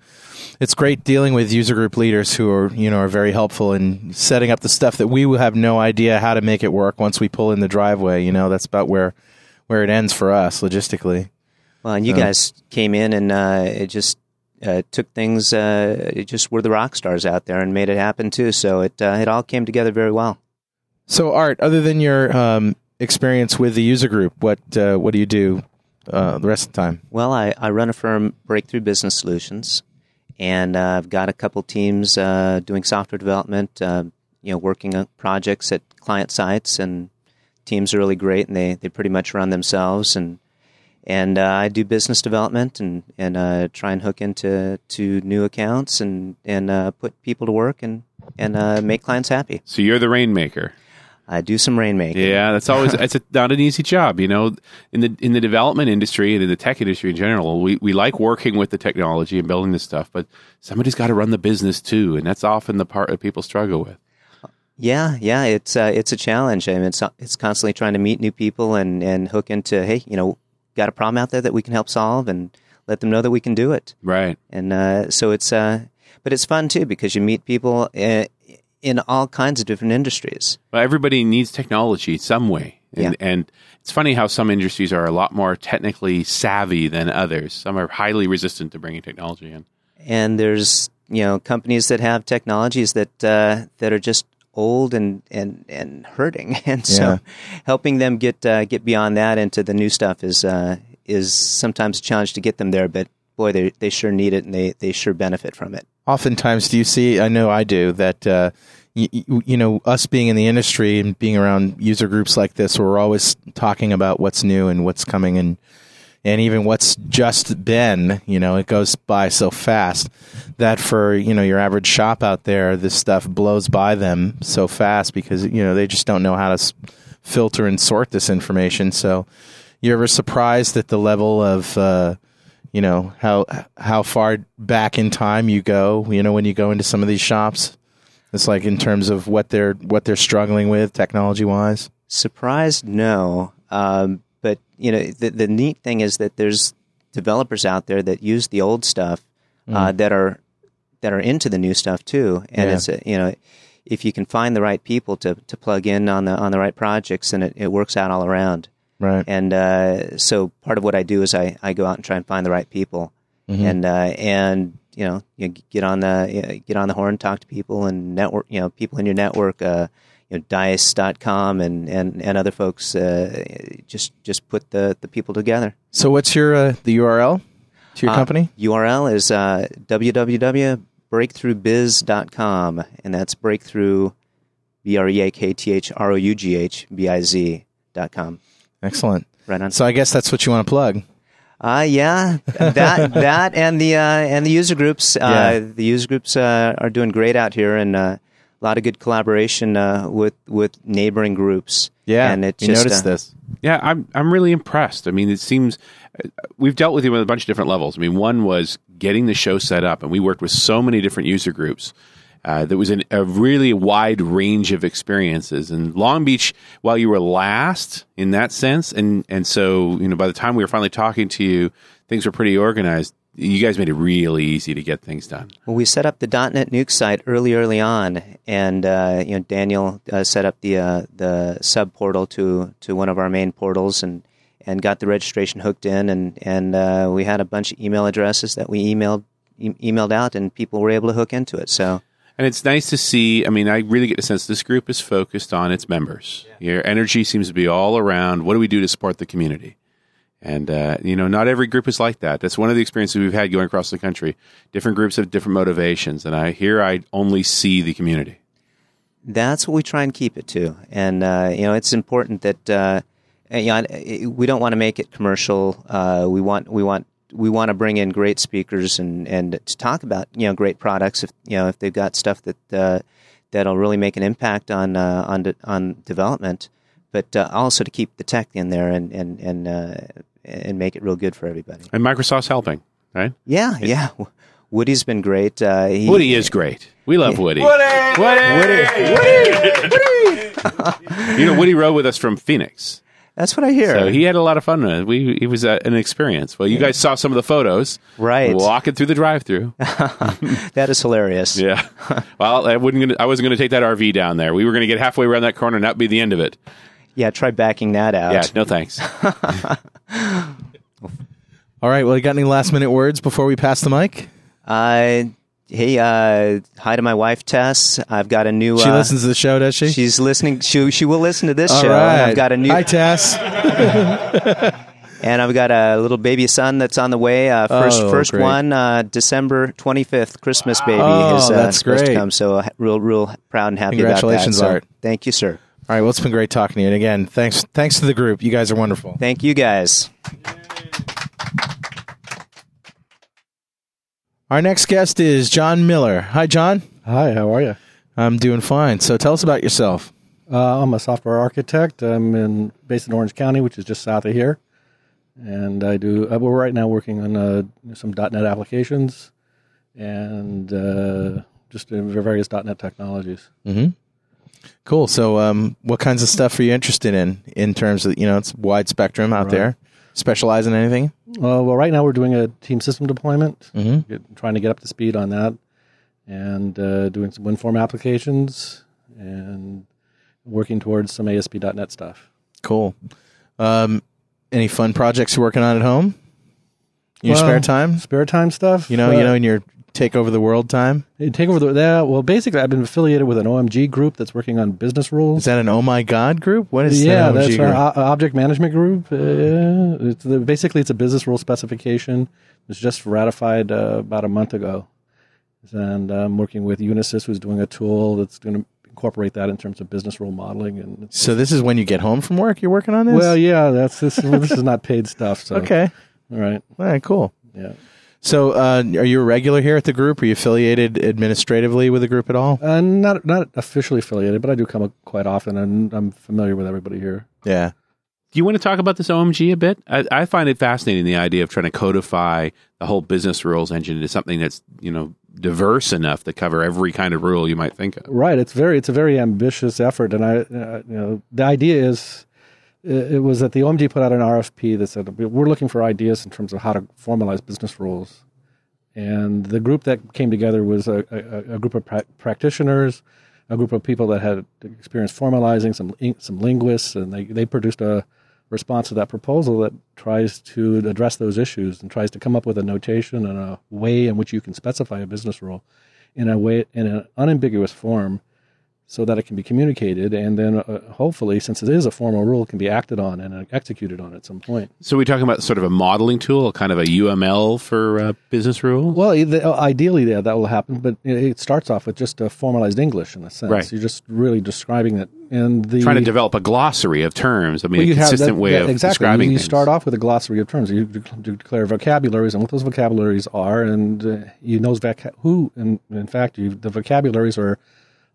[SPEAKER 2] it's great dealing with user group leaders who are you know are very helpful in setting up the stuff that we will have no idea how to make it work once we pull in the driveway. You know that's about where where it ends for us logistically.
[SPEAKER 8] Well, and you
[SPEAKER 2] So-
[SPEAKER 8] guys came in and uh, it just uh, took things. Uh, it just were the rock stars out there and made it happen too. So it uh, it all came together very well.
[SPEAKER 2] So Art, other than your um, experience with the user group, what uh, what do you do uh, the rest of the time?
[SPEAKER 8] Well, I, I run a firm, Breakthrough Business Solutions, and uh, I've got a couple teams uh, doing software development. Uh, you know, working on projects at client sites, and teams are really great, and they, they pretty much run themselves. and And uh, I do business development and and uh, try and hook into to new accounts and and uh, put people to work and and uh, make clients happy.
[SPEAKER 6] So you're the rainmaker.
[SPEAKER 8] I do some rainmaking.
[SPEAKER 6] Yeah, that's always it's a, not an easy job, you know. In the in the development industry and in the tech industry in general, we we like working with the technology and building this stuff, but somebody's got to run the business too, and that's often the part that people struggle with.
[SPEAKER 8] Yeah, yeah, it's uh, it's a challenge. I mean, it's it's constantly trying to meet new people and and hook into hey, you know, got a problem out there that we can help solve and let them know that we can do it.
[SPEAKER 6] Right.
[SPEAKER 8] And uh, so it's uh, but it's fun too because you meet people uh, in all kinds of different industries.
[SPEAKER 6] Well, everybody needs technology some way. And,
[SPEAKER 8] Yeah.
[SPEAKER 6] and it's funny how some industries are a lot more technically savvy than others. Some are highly resistant to bringing technology in.
[SPEAKER 8] and there's you know companies that have technologies that uh, that are just old and and and hurting, [LAUGHS] and so
[SPEAKER 2] Yeah.
[SPEAKER 8] helping them get uh, get beyond that into the new stuff is uh, is sometimes a challenge to get them there, but boy, they they sure need it and they they sure benefit from it.
[SPEAKER 2] Oftentimes, do you see? I know I do that. Uh, y- y- you know, us being in the industry and being around user groups like this, we're always talking about what's new and what's coming, and and even what's just been. You know, it goes by so fast that for you know your average shop out there, this stuff blows by them so fast because you know they just don't know how to s- filter and sort this information. So, you ever surprised at the level of uh, you know how how far back in time you go you know when you go into some of these shops it's like in terms of what they're what they're struggling with technology wise
[SPEAKER 8] Surprised, no. Um, but you know, the, the neat thing is that there's developers out there that use the old stuff uh, that are that are into the new stuff too. And
[SPEAKER 2] Mm. Yeah.
[SPEAKER 8] it's a, you know, if you can find the right people to, to plug in on the on the right projects, and it, it works out all around.
[SPEAKER 2] right
[SPEAKER 8] And uh, so part of what I do is I, I go out and try and find the right people,
[SPEAKER 2] Mm-hmm.
[SPEAKER 8] and uh, and you know you get on the you know, get on the horn, talk to people and network. You know people in your network, uh, you know Dice.com and and and other folks. Uh, just just put the the people together.
[SPEAKER 2] so what's your uh, the url to your
[SPEAKER 8] Uh,
[SPEAKER 2] company
[SPEAKER 8] URL is uh, www.breakthroughbiz.com, and that's breakthrough, b r e a k t h r o u g h b i z dot com.
[SPEAKER 2] excellent
[SPEAKER 8] Right on.
[SPEAKER 2] so i guess that's what you want to plug
[SPEAKER 8] Uh, yeah, [LAUGHS]
[SPEAKER 2] [LAUGHS]
[SPEAKER 8] that that and the uh, and the user groups. Uh,
[SPEAKER 2] Yeah.
[SPEAKER 8] The user groups uh, are doing great out here, and uh, a lot of good collaboration uh, with with neighboring groups.
[SPEAKER 2] yeah
[SPEAKER 8] and it
[SPEAKER 2] you
[SPEAKER 8] just,
[SPEAKER 2] noticed
[SPEAKER 8] uh,
[SPEAKER 2] this
[SPEAKER 6] Yeah, I'm I'm really impressed. I mean, it seems uh, we've dealt with you on a bunch of different levels. I mean, one was getting the show set up, and we worked with so many different user groups. Uh, there was an, a really wide range of experiences, and Long Beach, while you were last in that sense, and and so you know, by the time we were finally talking to you, things were pretty organized. You guys made it really easy to get things done.
[SPEAKER 8] Well, we set up the .NET Nuke site early, early on, and uh, you know Daniel uh, set up the uh, the sub portal to to one of our main portals, and and got the registration hooked in, and and uh, we had a bunch of email addresses that we emailed e- emailed out, and people were able to hook into it. So.
[SPEAKER 6] And it's nice to see. I mean, I really get the sense this group is focused on its members. Your energy seems to be all around what do we do to support the community? And, uh, you know, not every group is like that. That's one of the experiences we've had going across the country. Different groups have different motivations. And I here I only see the community.
[SPEAKER 8] that's what we try and keep it to. And uh, you know, it's important that uh, and, you know, I- eh, we don't want to make it commercial. Uh, we want we want we want to bring in great speakers and and to talk about you know great products. If you know if they've got stuff that uh, that'll really make an impact on uh, on de- on development, but uh, also to keep the tech in there and and and. Uh, and make it real good for everybody.
[SPEAKER 6] And Microsoft's helping, right?
[SPEAKER 8] Yeah, yeah. Woody's been great. Uh, he,
[SPEAKER 6] Woody is great. We
[SPEAKER 8] [LAUGHS]
[SPEAKER 6] love Woody. Woody! Woody! you know, Woody rode with us from Phoenix.
[SPEAKER 8] That's what I hear.
[SPEAKER 6] So he had a lot of fun. with it. We it was uh, an experience. Well, you guys saw some of the photos,
[SPEAKER 8] Right.
[SPEAKER 6] Walking through the drive-through.
[SPEAKER 8] that is hilarious.
[SPEAKER 9] [LAUGHS]
[SPEAKER 6] yeah. Well, I wouldn't. Gonna, I wasn't going to take that RV down there. We were going to get halfway around that corner, and that would be the end of it.
[SPEAKER 8] Yeah, try backing that out.
[SPEAKER 6] Yeah. No
[SPEAKER 9] [LAUGHS]
[SPEAKER 6] thanks.
[SPEAKER 2] all right well you got any last minute words before we pass the mic
[SPEAKER 8] Uh, hey, uh, hi to my wife Tess. I've got a new.
[SPEAKER 2] she
[SPEAKER 8] uh,
[SPEAKER 2] listens to the show does she
[SPEAKER 8] She's listening. She she will listen to this
[SPEAKER 2] All
[SPEAKER 8] show. and
[SPEAKER 2] right.
[SPEAKER 8] I've got a new
[SPEAKER 2] Hi, Tess.
[SPEAKER 8] [LAUGHS] and I've got a little baby son that's on the way. Uh, first
[SPEAKER 2] Oh,
[SPEAKER 8] first
[SPEAKER 2] great.
[SPEAKER 8] one, uh, December twenty fifth, Christmas baby
[SPEAKER 2] Oh,
[SPEAKER 8] is uh,
[SPEAKER 2] that's
[SPEAKER 8] supposed
[SPEAKER 2] great.
[SPEAKER 8] to come. So uh, real real proud and happy
[SPEAKER 2] Congratulations,
[SPEAKER 8] about that. So
[SPEAKER 2] Art.
[SPEAKER 8] Thank you, sir.
[SPEAKER 2] All right. Well, it's been great talking to you. And again, thanks, thanks to the group. You guys are wonderful.
[SPEAKER 8] Thank you guys.
[SPEAKER 2] Our next guest is John Miller. Hi, John.
[SPEAKER 3] Hi, how are you?
[SPEAKER 2] I'm doing fine. So tell us about yourself.
[SPEAKER 9] Uh, I'm a software architect. I'm in based in Orange County, which is just south of here, and I do. Uh, we're right now working on uh, some .NET applications and uh, just uh, various .NET technologies.
[SPEAKER 3] Mm-hmm.
[SPEAKER 2] Cool. So, um, what kinds of stuff are you interested in? In terms of you know, it's wide spectrum out there. Specialize in anything?
[SPEAKER 9] Uh, well, right now we're doing a team system deployment,
[SPEAKER 2] Mhm.
[SPEAKER 9] Get- trying to get up to speed on that, and uh, doing some WinForm applications and working towards some ASP.NET stuff.
[SPEAKER 2] Cool. Um, any fun projects you're working on at home? In your
[SPEAKER 9] Well,
[SPEAKER 2] spare time?
[SPEAKER 9] Spare time stuff.
[SPEAKER 2] You know, you
[SPEAKER 9] uh,
[SPEAKER 2] know, in your take over the world time.
[SPEAKER 9] Hey, Take over the yeah. Well, basically, I've been affiliated with an OMG group that's working on business rules.
[SPEAKER 2] Is that an oh my god group? What is
[SPEAKER 9] yeah,
[SPEAKER 2] that?
[SPEAKER 9] that's
[SPEAKER 2] OMG
[SPEAKER 9] our uh,
[SPEAKER 2] group?
[SPEAKER 9] o- object management group. Uh, it's the, basically, it's a business rule specification. It's just ratified uh, about a month ago, and I'm working with Unisys, who's doing a tool that's going to incorporate that in terms of business rule modeling. And it's-
[SPEAKER 2] So this is when you get home from work. You're working on this.
[SPEAKER 9] well, yeah, that's this. well, this is not paid stuff. So
[SPEAKER 2] okay.
[SPEAKER 9] all right,
[SPEAKER 2] All right. [LAUGHS] Cool.
[SPEAKER 9] yeah.
[SPEAKER 2] So, uh, are you a regular here at the group? Are you affiliated administratively with the group at all?
[SPEAKER 9] Uh, not not officially affiliated, but I do come up quite often, and I'm familiar with everybody here.
[SPEAKER 2] Yeah.
[SPEAKER 6] Do you want to talk about this OMG a bit? I, I find it fascinating the idea of trying to codify the whole business rules engine into something that's you know diverse enough to cover every kind of rule you might think of.
[SPEAKER 9] Right. It's very it's a very ambitious effort, and I uh, you know the idea is uh, it was that the OMG put out an RFP that said we're looking for ideas in terms of how to formalize business rules, and the group that came together was a, a, a group of pra- practitioners, a group of people that had experience formalizing some in- some linguists, and they they produced a response to that proposal that tries to address those issues and tries to come up with a notation and a way in which you can specify a business rule in a way in an unambiguous form so that it can be communicated and then uh, hopefully since it is a formal rule it can be acted on and uh, executed on at some point
[SPEAKER 6] So we're talking about sort of a modeling tool, kind of a UML for uh, business rules.
[SPEAKER 9] well i- the- uh, ideally yeah, that will happen but it- it starts off with just a formalized english in a sense
[SPEAKER 6] Right.
[SPEAKER 9] you're just really describing it and the
[SPEAKER 6] trying to develop a glossary of terms. I mean,
[SPEAKER 9] Well,
[SPEAKER 6] a
[SPEAKER 9] you have
[SPEAKER 6] consistent
[SPEAKER 9] that-
[SPEAKER 6] way
[SPEAKER 9] that-
[SPEAKER 6] of
[SPEAKER 9] exactly.
[SPEAKER 6] describing
[SPEAKER 9] You, you
[SPEAKER 6] things.
[SPEAKER 9] start off with a glossary of terms. You dec- declare vocabularies and what those vocabularies are, and uh, you know vac- who. And in fact, you, the vocabularies are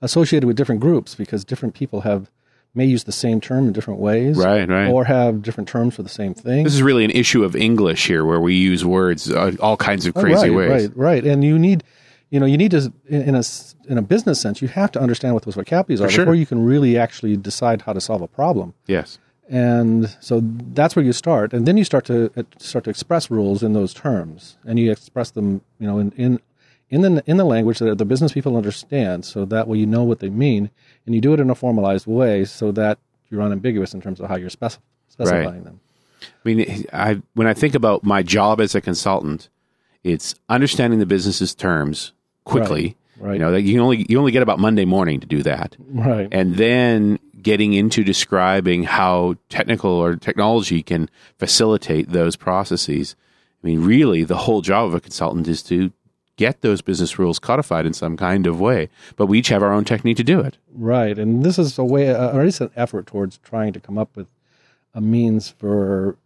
[SPEAKER 9] associated with different groups because different people have may use the same term in different ways,
[SPEAKER 6] Right, right.
[SPEAKER 9] or have different terms for the same thing.
[SPEAKER 6] This is really an issue of English here, where we use words uh, all kinds of crazy
[SPEAKER 9] Oh, right,
[SPEAKER 6] ways.
[SPEAKER 9] Right, right. And you need, you know, you need to in in a s- in a business sense, you have to understand what those vocabularies are
[SPEAKER 6] sure.
[SPEAKER 9] before you can really actually decide how to solve a problem.
[SPEAKER 6] Yes.
[SPEAKER 9] and so that's where you start and then you start to uh, start to express rules in those terms and you express them you know in in in the, in the language that the business people understand so that way you know what they mean and you do it in a formalized way so that you're unambiguous in terms of how you're spec- specifying them
[SPEAKER 6] I mean, I when I think about my job as a consultant, it's understanding the business's terms quickly.
[SPEAKER 9] Right, right.
[SPEAKER 6] You know, that you only you only get about Monday morning to do that,
[SPEAKER 9] right
[SPEAKER 6] and then getting into describing how technical or technology can facilitate those processes. I mean, really, the whole job of a consultant is to get those business rules codified in some kind of way, but we each have our own technique to do it.
[SPEAKER 9] right and this is a way uh, or at least an effort towards trying to come up with a means for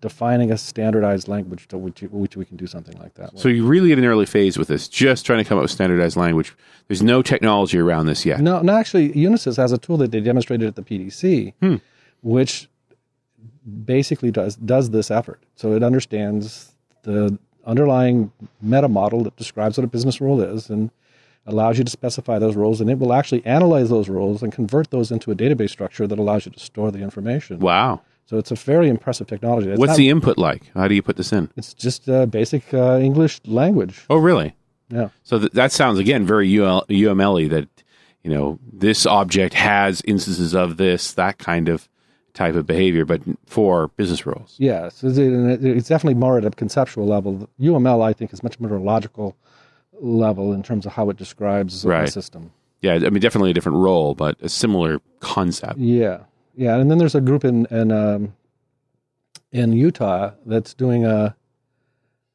[SPEAKER 9] defining a standardized language to which, which we can do something like that with.
[SPEAKER 6] So you're really at an early phase with this, just trying to come up with standardized language. There's no technology around this yet.
[SPEAKER 9] No, no, actually, Unisys has a tool that they demonstrated at the PDC,
[SPEAKER 6] Hmm.
[SPEAKER 9] which basically does does this effort. So it understands the underlying meta model that describes what a business rule is and allows you to specify those rules, and it will actually analyze those rules and convert those into a database structure that allows you to store the information.
[SPEAKER 6] Wow.
[SPEAKER 9] So it's a very impressive technology. It's
[SPEAKER 6] What's
[SPEAKER 9] not-
[SPEAKER 6] the input like? How do you put this in?
[SPEAKER 9] It's just uh, basic uh, English language.
[SPEAKER 6] Oh, really?
[SPEAKER 9] Yeah.
[SPEAKER 6] So th- that sounds again very UL- UMLE that you know this object has instances of this that kind of type of behavior, but for business rules.
[SPEAKER 9] Yeah, so it's, it- it's definitely more at a conceptual level. UML, I think, is much more a logical level in terms of how it describes the
[SPEAKER 6] Right.
[SPEAKER 9] system.
[SPEAKER 6] Yeah, I mean definitely a different role, but a similar concept.
[SPEAKER 9] Yeah, yeah, and then there's a group in in, um, in Utah that's doing a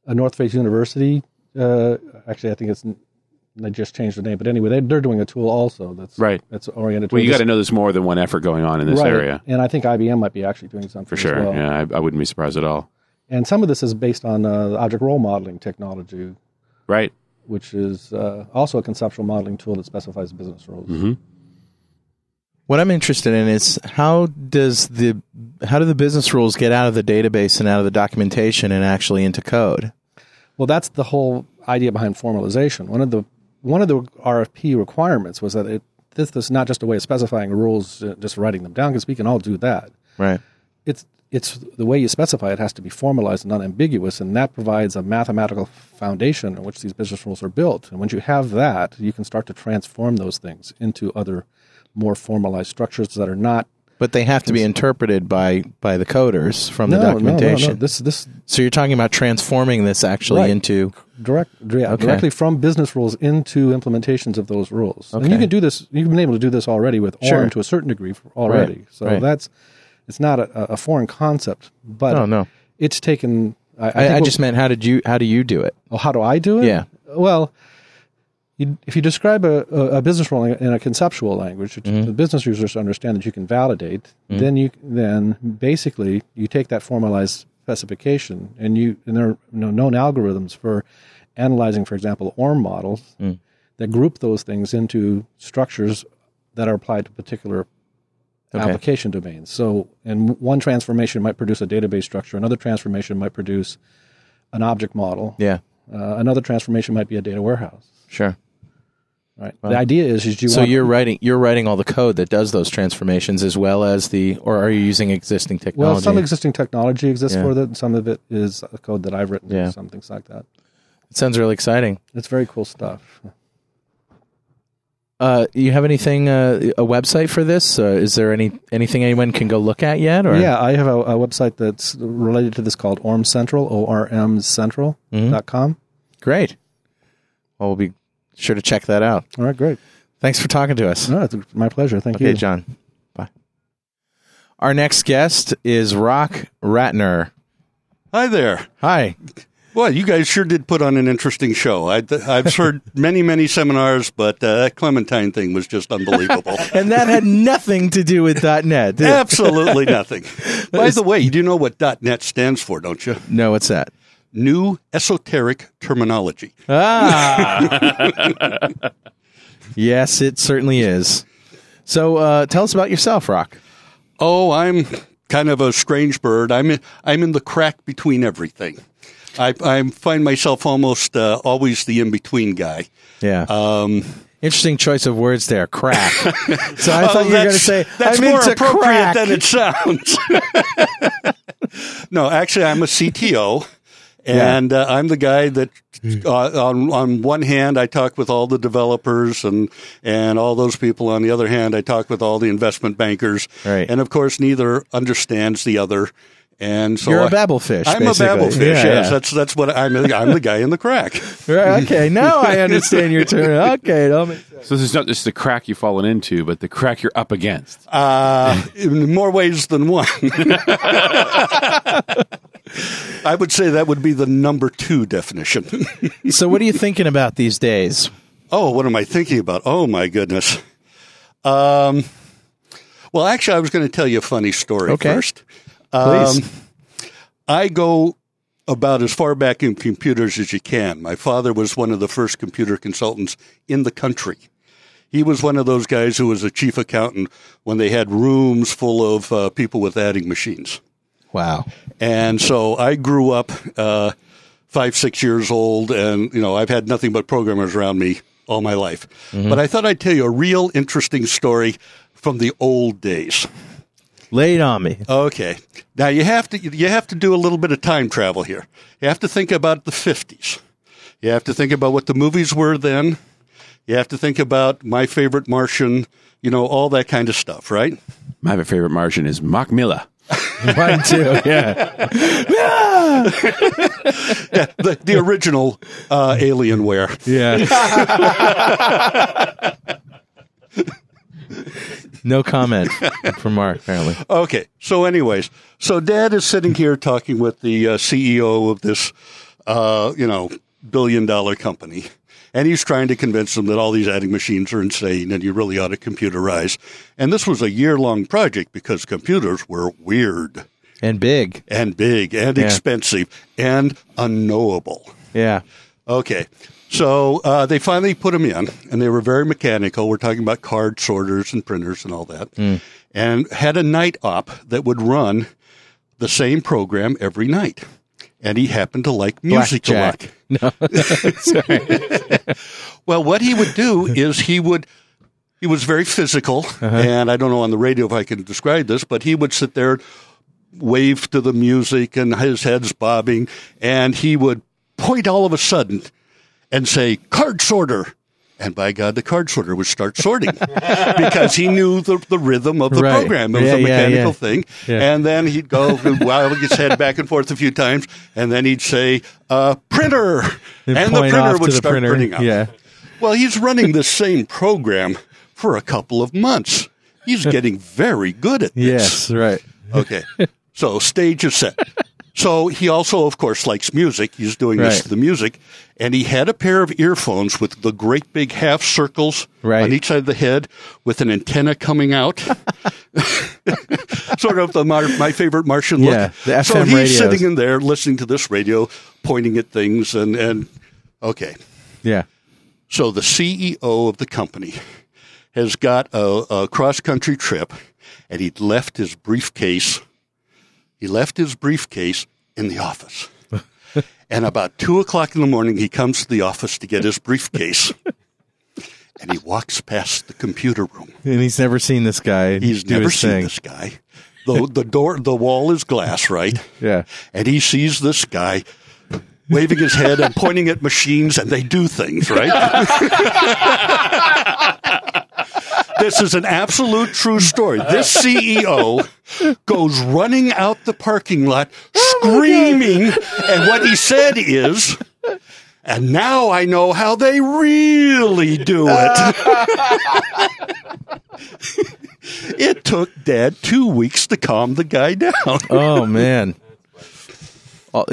[SPEAKER 9] a North Face University. Uh, actually, I think it's they just changed the name, but anyway, they, they're doing a tool also that's
[SPEAKER 6] Right.
[SPEAKER 9] that's oriented.
[SPEAKER 6] Well,
[SPEAKER 9] toward
[SPEAKER 6] you got
[SPEAKER 9] this-
[SPEAKER 6] to know there's more than one effort going on in this
[SPEAKER 9] right,
[SPEAKER 6] area
[SPEAKER 9] and I think IBM might be actually doing something
[SPEAKER 6] for sure.
[SPEAKER 9] As well.
[SPEAKER 6] Yeah, I, I wouldn't be surprised at all.
[SPEAKER 9] And some of this is based on uh, object role modeling technology,
[SPEAKER 6] Right.
[SPEAKER 9] which is uh, also a conceptual modeling tool that specifies business rules.
[SPEAKER 2] What I'm interested in is how does the how do the business rules get out of the database and out of the documentation and actually into code?
[SPEAKER 9] Well, that's the whole idea behind formalization. One of the one of the RFP requirements was that it this, this is not just a way of specifying rules, uh, just writing them down, because we can all do that.
[SPEAKER 2] Right.
[SPEAKER 9] It's it's the way you specify it has to be formalized and not ambiguous, and that provides a mathematical foundation on which these business rules are built. And once you have that, you can start to transform those things into other more formalized structures that are not
[SPEAKER 2] But they have to be interpreted by by the coders from the documentation.
[SPEAKER 9] This this
[SPEAKER 2] so you're talking about transforming this actually
[SPEAKER 9] Right.
[SPEAKER 2] into
[SPEAKER 9] direct yeah,
[SPEAKER 2] Okay.
[SPEAKER 9] directly from business rules into implementations of those rules. And you
[SPEAKER 2] Okay.
[SPEAKER 9] can do this. You've been able to do this already with
[SPEAKER 2] Sure.
[SPEAKER 9] ORM to a certain degree for- already.
[SPEAKER 2] Right,
[SPEAKER 9] So
[SPEAKER 2] right.
[SPEAKER 9] that's it's not a, a foreign concept, but
[SPEAKER 2] Oh, no.
[SPEAKER 9] it's taken. I, I,
[SPEAKER 2] I,
[SPEAKER 9] think
[SPEAKER 2] I
[SPEAKER 9] what-
[SPEAKER 2] just meant how did you how do you do it?
[SPEAKER 9] Oh, how do I do it?
[SPEAKER 2] Yeah.
[SPEAKER 9] Well, you, if you describe a, a a business rule in a conceptual language, which the business users understand that you can validate, then you then basically you take that formalized specification and you and there are you know, known algorithms for analyzing, for example, ORM models that group those things into structures that are applied to particular application domains. So, and one transformation might produce a database structure. Another transformation might produce an object model.
[SPEAKER 2] Yeah.
[SPEAKER 9] Uh, another transformation might be a data warehouse.
[SPEAKER 2] Sure.
[SPEAKER 9] Right. the idea is, is you
[SPEAKER 2] so
[SPEAKER 9] want,
[SPEAKER 2] you're writing you're writing all the code that does those transformations as well as the or are you using existing technology?
[SPEAKER 9] well, some existing technology exists
[SPEAKER 2] Yeah.
[SPEAKER 9] for that, and some of it is a code that I've written.
[SPEAKER 2] Yeah.
[SPEAKER 9] Some things like that.
[SPEAKER 2] it sounds really exciting.
[SPEAKER 9] It's very cool stuff.
[SPEAKER 2] Uh, you have anything uh, a website for this? Uh, is there any anything anyone can go look at yet? Or
[SPEAKER 9] Yeah, I have a, a website that's related to this called Orm Central, O R M Central dot com.
[SPEAKER 2] Mm-hmm. great. Well, we'll be sure to check that out.
[SPEAKER 9] All right, great.
[SPEAKER 2] Thanks for talking to us.
[SPEAKER 9] No, it's my pleasure. Thank
[SPEAKER 2] Okay,
[SPEAKER 9] you.
[SPEAKER 2] John. Bye. Our next guest is Rock
[SPEAKER 10] [LAUGHS]
[SPEAKER 2] Ratner.
[SPEAKER 10] Hi there.
[SPEAKER 2] Hi.
[SPEAKER 10] Well, you guys sure did put on an interesting show. I, I've heard many, many seminars, but uh, that Clementine thing was just unbelievable.
[SPEAKER 2] [LAUGHS] And that had nothing to do with .net. did it?
[SPEAKER 10] Absolutely
[SPEAKER 2] [LAUGHS]
[SPEAKER 10] nothing. By the way, you do know what .NET stands for, don't you?
[SPEAKER 2] No, what's that?
[SPEAKER 10] New Esoteric Terminology.
[SPEAKER 2] Yes, Ah. [LAUGHS] it certainly is. So uh, tell us about yourself, Rock.
[SPEAKER 10] Oh, I'm kind of a strange bird. I'm in, I'm in the crack between everything. I, I find myself almost uh, always the in between guy.
[SPEAKER 2] Yeah.
[SPEAKER 10] Um,
[SPEAKER 2] Interesting choice of words there.
[SPEAKER 10] [LAUGHS]
[SPEAKER 2] Crack. so I
[SPEAKER 10] Oh,
[SPEAKER 2] thought you were
[SPEAKER 10] that's-
[SPEAKER 2] going to say
[SPEAKER 10] that's
[SPEAKER 2] I'm
[SPEAKER 10] more
[SPEAKER 2] into
[SPEAKER 10] appropriate
[SPEAKER 2] crack.
[SPEAKER 10] than it sounds. [LAUGHS] no, actually, I'm a
[SPEAKER 2] [LAUGHS]
[SPEAKER 10] CTO, and uh, I'm the guy that
[SPEAKER 2] Hmm.
[SPEAKER 10] uh, on on one hand I talk with all the developers and and all those people. On the other hand, I talk with all the investment bankers,
[SPEAKER 2] Right.
[SPEAKER 10] and of course, neither understands the other. And so
[SPEAKER 2] You're
[SPEAKER 10] I-
[SPEAKER 2] a babble fish,
[SPEAKER 10] I'm
[SPEAKER 2] basically.
[SPEAKER 10] a babble fish.
[SPEAKER 2] Yeah,
[SPEAKER 10] yes,
[SPEAKER 2] yeah.
[SPEAKER 10] that's that's what I'm. I'm the guy in the crack.
[SPEAKER 2] [LAUGHS] Right, okay, now I understand your
[SPEAKER 10] [LAUGHS]
[SPEAKER 2] term. Okay, that makes sense.
[SPEAKER 6] So this is not just the crack you've fallen into, but the crack you're up against.
[SPEAKER 10] Uh, in more ways than one. [LAUGHS] I would say that would be the number two definition.
[SPEAKER 2] so what are you thinking about these days?
[SPEAKER 10] oh, what am I thinking about? Oh, my goodness. Um, well, actually, I was going to tell you a funny story
[SPEAKER 2] Okay.
[SPEAKER 10] first.
[SPEAKER 2] Please.
[SPEAKER 10] Um, I go about as far back in computers as you can. My father was one of the first computer consultants in the country. He was one of those guys who was a chief accountant when they had rooms full of uh, people with adding machines.
[SPEAKER 2] wow.
[SPEAKER 10] And so I grew up uh, five, six years old, and you know I've had nothing but programmers around me all my life.
[SPEAKER 2] Mm-hmm.
[SPEAKER 10] But I thought I'd tell you a real interesting story from the old days.
[SPEAKER 2] Lay it on me.
[SPEAKER 10] Okay, now you have to you have to do a little bit of time travel here. You have to think about the fifties. You have to think about what the movies were then. You have to think about my favorite Martian. You know all that kind of stuff, right?
[SPEAKER 6] My favorite Martian is Mach Miller.
[SPEAKER 2] One, two, yeah.
[SPEAKER 10] [LAUGHS]
[SPEAKER 6] [LAUGHS]
[SPEAKER 10] The, the original uh, Alienware.
[SPEAKER 2] Yeah.
[SPEAKER 10] [LAUGHS] [LAUGHS]
[SPEAKER 2] no comment from Mark, apparently.
[SPEAKER 10] Okay. So, anyways, so Dad is sitting here talking with the uh, CEO of this, uh, you know, billion dollar company, and he's trying to convince them that all these adding machines are insane and you really ought to computerize. And this was a year long project because computers were weird
[SPEAKER 2] And big.
[SPEAKER 10] and big and
[SPEAKER 2] Yeah.
[SPEAKER 10] expensive and unknowable.
[SPEAKER 2] Yeah.
[SPEAKER 10] Okay. So uh, they finally put them in, and they were very mechanical. We're talking about card sorters and printers and all that,
[SPEAKER 2] Hmm.
[SPEAKER 10] and had a night op that would run the same program every night. And he happened to like music a lot.
[SPEAKER 2] Blackjack.
[SPEAKER 10] [LAUGHS]
[SPEAKER 2] [LAUGHS]
[SPEAKER 10] Well, what he would do is he would. He was very physical,
[SPEAKER 2] Uh-huh.
[SPEAKER 10] and I don't know on the radio if I can describe this, but he would sit there, wave to the music, and his head's bobbing, and he would point all of a sudden and say, "Card sorter." And by God, the card sorter would start sorting because he knew the, the rhythm of the
[SPEAKER 2] Right.
[SPEAKER 10] program. It was
[SPEAKER 2] Yeah,
[SPEAKER 10] a
[SPEAKER 2] yeah, yeah.
[SPEAKER 10] mechanical thing.
[SPEAKER 2] Yeah.
[SPEAKER 10] And then he'd go wag his head back and forth a few times, and then he'd say, uh, "Printer," and, the
[SPEAKER 2] point
[SPEAKER 10] printer
[SPEAKER 2] off
[SPEAKER 10] would
[SPEAKER 2] to the
[SPEAKER 10] start
[SPEAKER 2] printer.
[SPEAKER 10] printing out.
[SPEAKER 2] Yeah.
[SPEAKER 10] Well, he's running the same program for a couple of months.
[SPEAKER 2] [LAUGHS]
[SPEAKER 10] He's getting very good at this.
[SPEAKER 2] Yes, right. [LAUGHS]
[SPEAKER 10] Okay. So stage is set. So he also, of course, likes music. He's doing this
[SPEAKER 2] Right.
[SPEAKER 10] to the music. And he had a pair of earphones with the great big half circles
[SPEAKER 2] Right.
[SPEAKER 10] on each side of the head with an antenna coming
[SPEAKER 2] [LAUGHS]
[SPEAKER 10] out. [LAUGHS] sort of the Mar- my favorite Martian
[SPEAKER 2] Yeah,
[SPEAKER 10] look.
[SPEAKER 2] the
[SPEAKER 10] so
[SPEAKER 2] FM
[SPEAKER 10] he's
[SPEAKER 3] [LAUGHS]
[SPEAKER 2] radios.
[SPEAKER 10] sitting in there listening to this radio, pointing at things and, and okay.
[SPEAKER 2] Yeah.
[SPEAKER 10] So the CEO of the company has got a, a cross country trip, and he'd left his briefcase. He left his briefcase in the
[SPEAKER 2] [LAUGHS]
[SPEAKER 10] office. and about two o'clock in the morning, he comes to the office to get his
[SPEAKER 2] [LAUGHS]
[SPEAKER 10] briefcase. and he walks past the computer room.
[SPEAKER 2] And he's never seen this guy.
[SPEAKER 10] He's
[SPEAKER 2] do
[SPEAKER 10] never
[SPEAKER 2] his
[SPEAKER 10] seen
[SPEAKER 2] thing.
[SPEAKER 10] this guy. The, the door, the wall is glass, [LAUGHS] right?
[SPEAKER 2] Yeah.
[SPEAKER 10] and he sees this guy waving his head and pointing at machines and they do things, right? [LAUGHS] this is an absolute true story. This CEO goes running out the parking lot screaming, and what he said is, and now I know how they really do it. it took Dad two weeks to calm the guy down.
[SPEAKER 2] Oh man. All,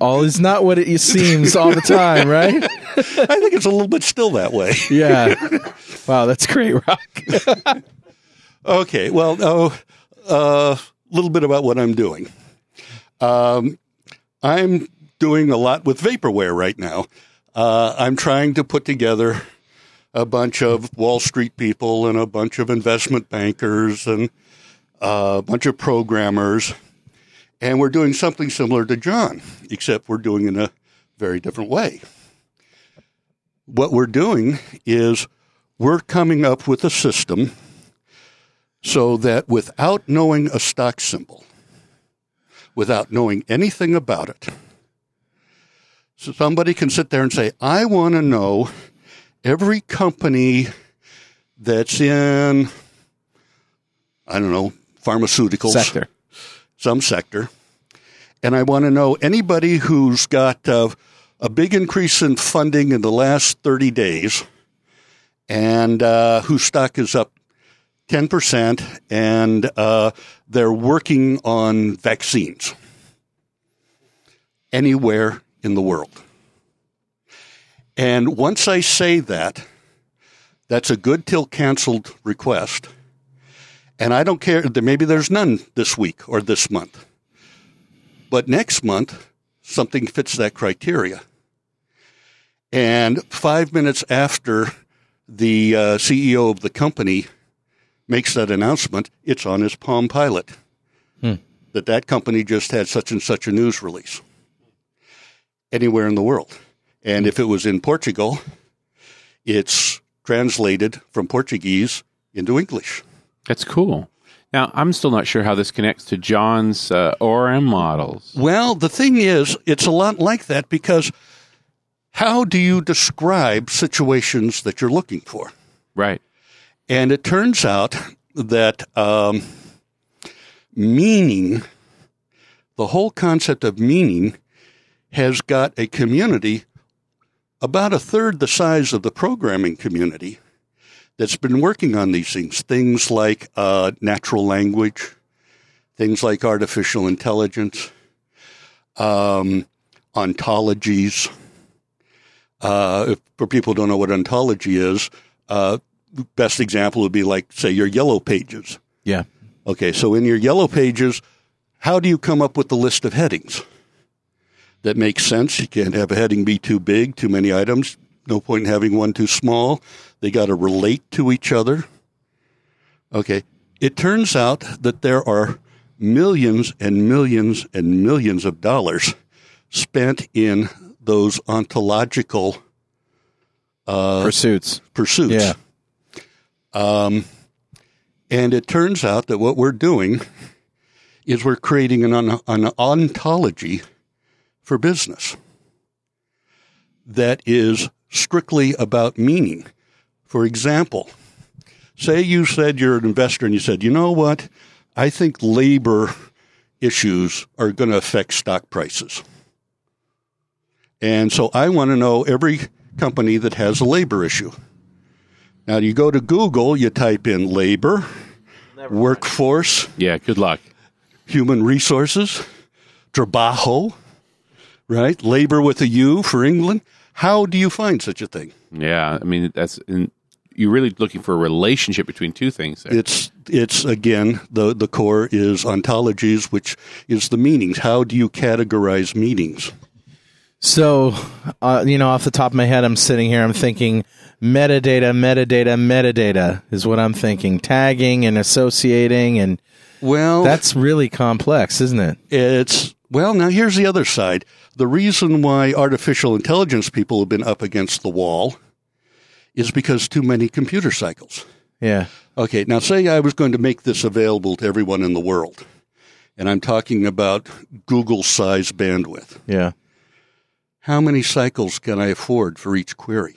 [SPEAKER 2] all is not what it seems all the time, right?
[SPEAKER 10] [LAUGHS] I think it's a little bit still that way.
[SPEAKER 2] Yeah. Wow, that's great, Rock.
[SPEAKER 10] [LAUGHS] Okay, well, oh, a little bit about what I'm doing. Um, I'm doing a lot with vaporware right now. Uh, I'm trying to put together a bunch of Wall Street people and a bunch of investment bankers and uh, a bunch of programmers, and we're doing something similar to John, except we're doing it in a very different way. What we're doing is we're coming up with a system so that without knowing a stock symbol, without knowing anything about it, so somebody can sit there and say, I want to know every company that's in, I don't know, pharmaceuticals,
[SPEAKER 2] Sector.
[SPEAKER 10] some sector, and I want to know anybody who's got uh, a big increase in funding in the last 30 days and uh, whose stock is up 10%, and uh, they're working on vaccines anywhere in the world. And once I say that, that's a good till canceled request. And I don't care, there- maybe there's none this week or this month. But next month, something fits that criteria. And five minutes after the uh, CEO of the company makes that announcement, it's on his Palm Pilot that that company just had such and such a news release anywhere in the world. And if it was in Portugal, it's translated from Portuguese into English.
[SPEAKER 6] That's cool. Now, I'm still not sure how this connects to John's uh, ORM models.
[SPEAKER 10] Well, the thing is, it's a lot like that because how do you describe situations that you're looking for?
[SPEAKER 6] Right.
[SPEAKER 10] And it turns out that um, meaning, the whole concept of meaning, has got a community about a third the size of the programming community that's been working on these things. Things like uh, natural language, things like artificial intelligence, um, ontologies. Uh, if, for people who don't know what ontology is, uh, best example would be like, say, your yellow pages.
[SPEAKER 2] Yeah.
[SPEAKER 10] Okay, so in your yellow pages, how do you come up with the list of headings that makes sense? You can't have a heading be too big, too many items. No point in having one too small. They got to relate to each other. Okay. It turns out that there are millions and millions and millions of dollars spent in those ontological uh,
[SPEAKER 2] Pursuits.
[SPEAKER 10] pursuits.
[SPEAKER 2] Yeah.
[SPEAKER 10] Um, and it turns out that what we're doing is we're creating an, on- an ontology for business that is strictly about meaning. For example, say you said you're an investor and you said, you know what? I think labor issues are going to affect stock prices. And so I want to know every company that has a labor issue. Now you go to Google, you type in labor, workforce,
[SPEAKER 6] Yeah, good luck.
[SPEAKER 10] human resources, trabajo, right? Labor with a U for England. How do you find such a thing?
[SPEAKER 6] Yeah, I mean that's in, you're really looking for a relationship between two things. There.
[SPEAKER 10] It's it's again the the core is ontologies, which is the meanings. How do you categorize meanings?
[SPEAKER 2] So, uh, you know, off the top of my head, I'm sitting here, I'm thinking metadata, metadata, metadata is what I'm thinking. Tagging and associating, and
[SPEAKER 10] Well,
[SPEAKER 2] that's really complex, isn't it?
[SPEAKER 10] It's well, now here's the other side. The reason why artificial intelligence people have been up against the wall is because too many computer cycles.
[SPEAKER 2] Yeah.
[SPEAKER 10] Okay, now say I was going to make this available to everyone in the world, and I'm talking about Google size bandwidth.
[SPEAKER 2] Yeah.
[SPEAKER 10] How many cycles can I afford for each query?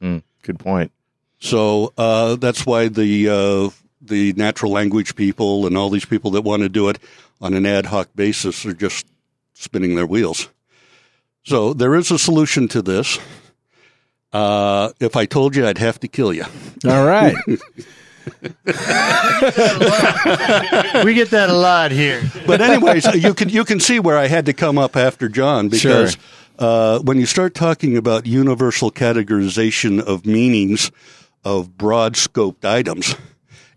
[SPEAKER 2] Hmm. Good point.
[SPEAKER 10] So uh, that's why the uh, the natural language people and all these people that want to do it on an ad hoc basis are just spinning their wheels. So there is a solution to this. Uh, if I told you, I'd have to kill you. [LAUGHS]
[SPEAKER 2] All right.
[SPEAKER 3] we get that a lot here.
[SPEAKER 10] But anyways,
[SPEAKER 3] [LAUGHS]
[SPEAKER 10] you can you can see where I had to come up after John because
[SPEAKER 2] Sure.
[SPEAKER 10] uh, when you start talking about universal categorization of meanings of broad scoped items,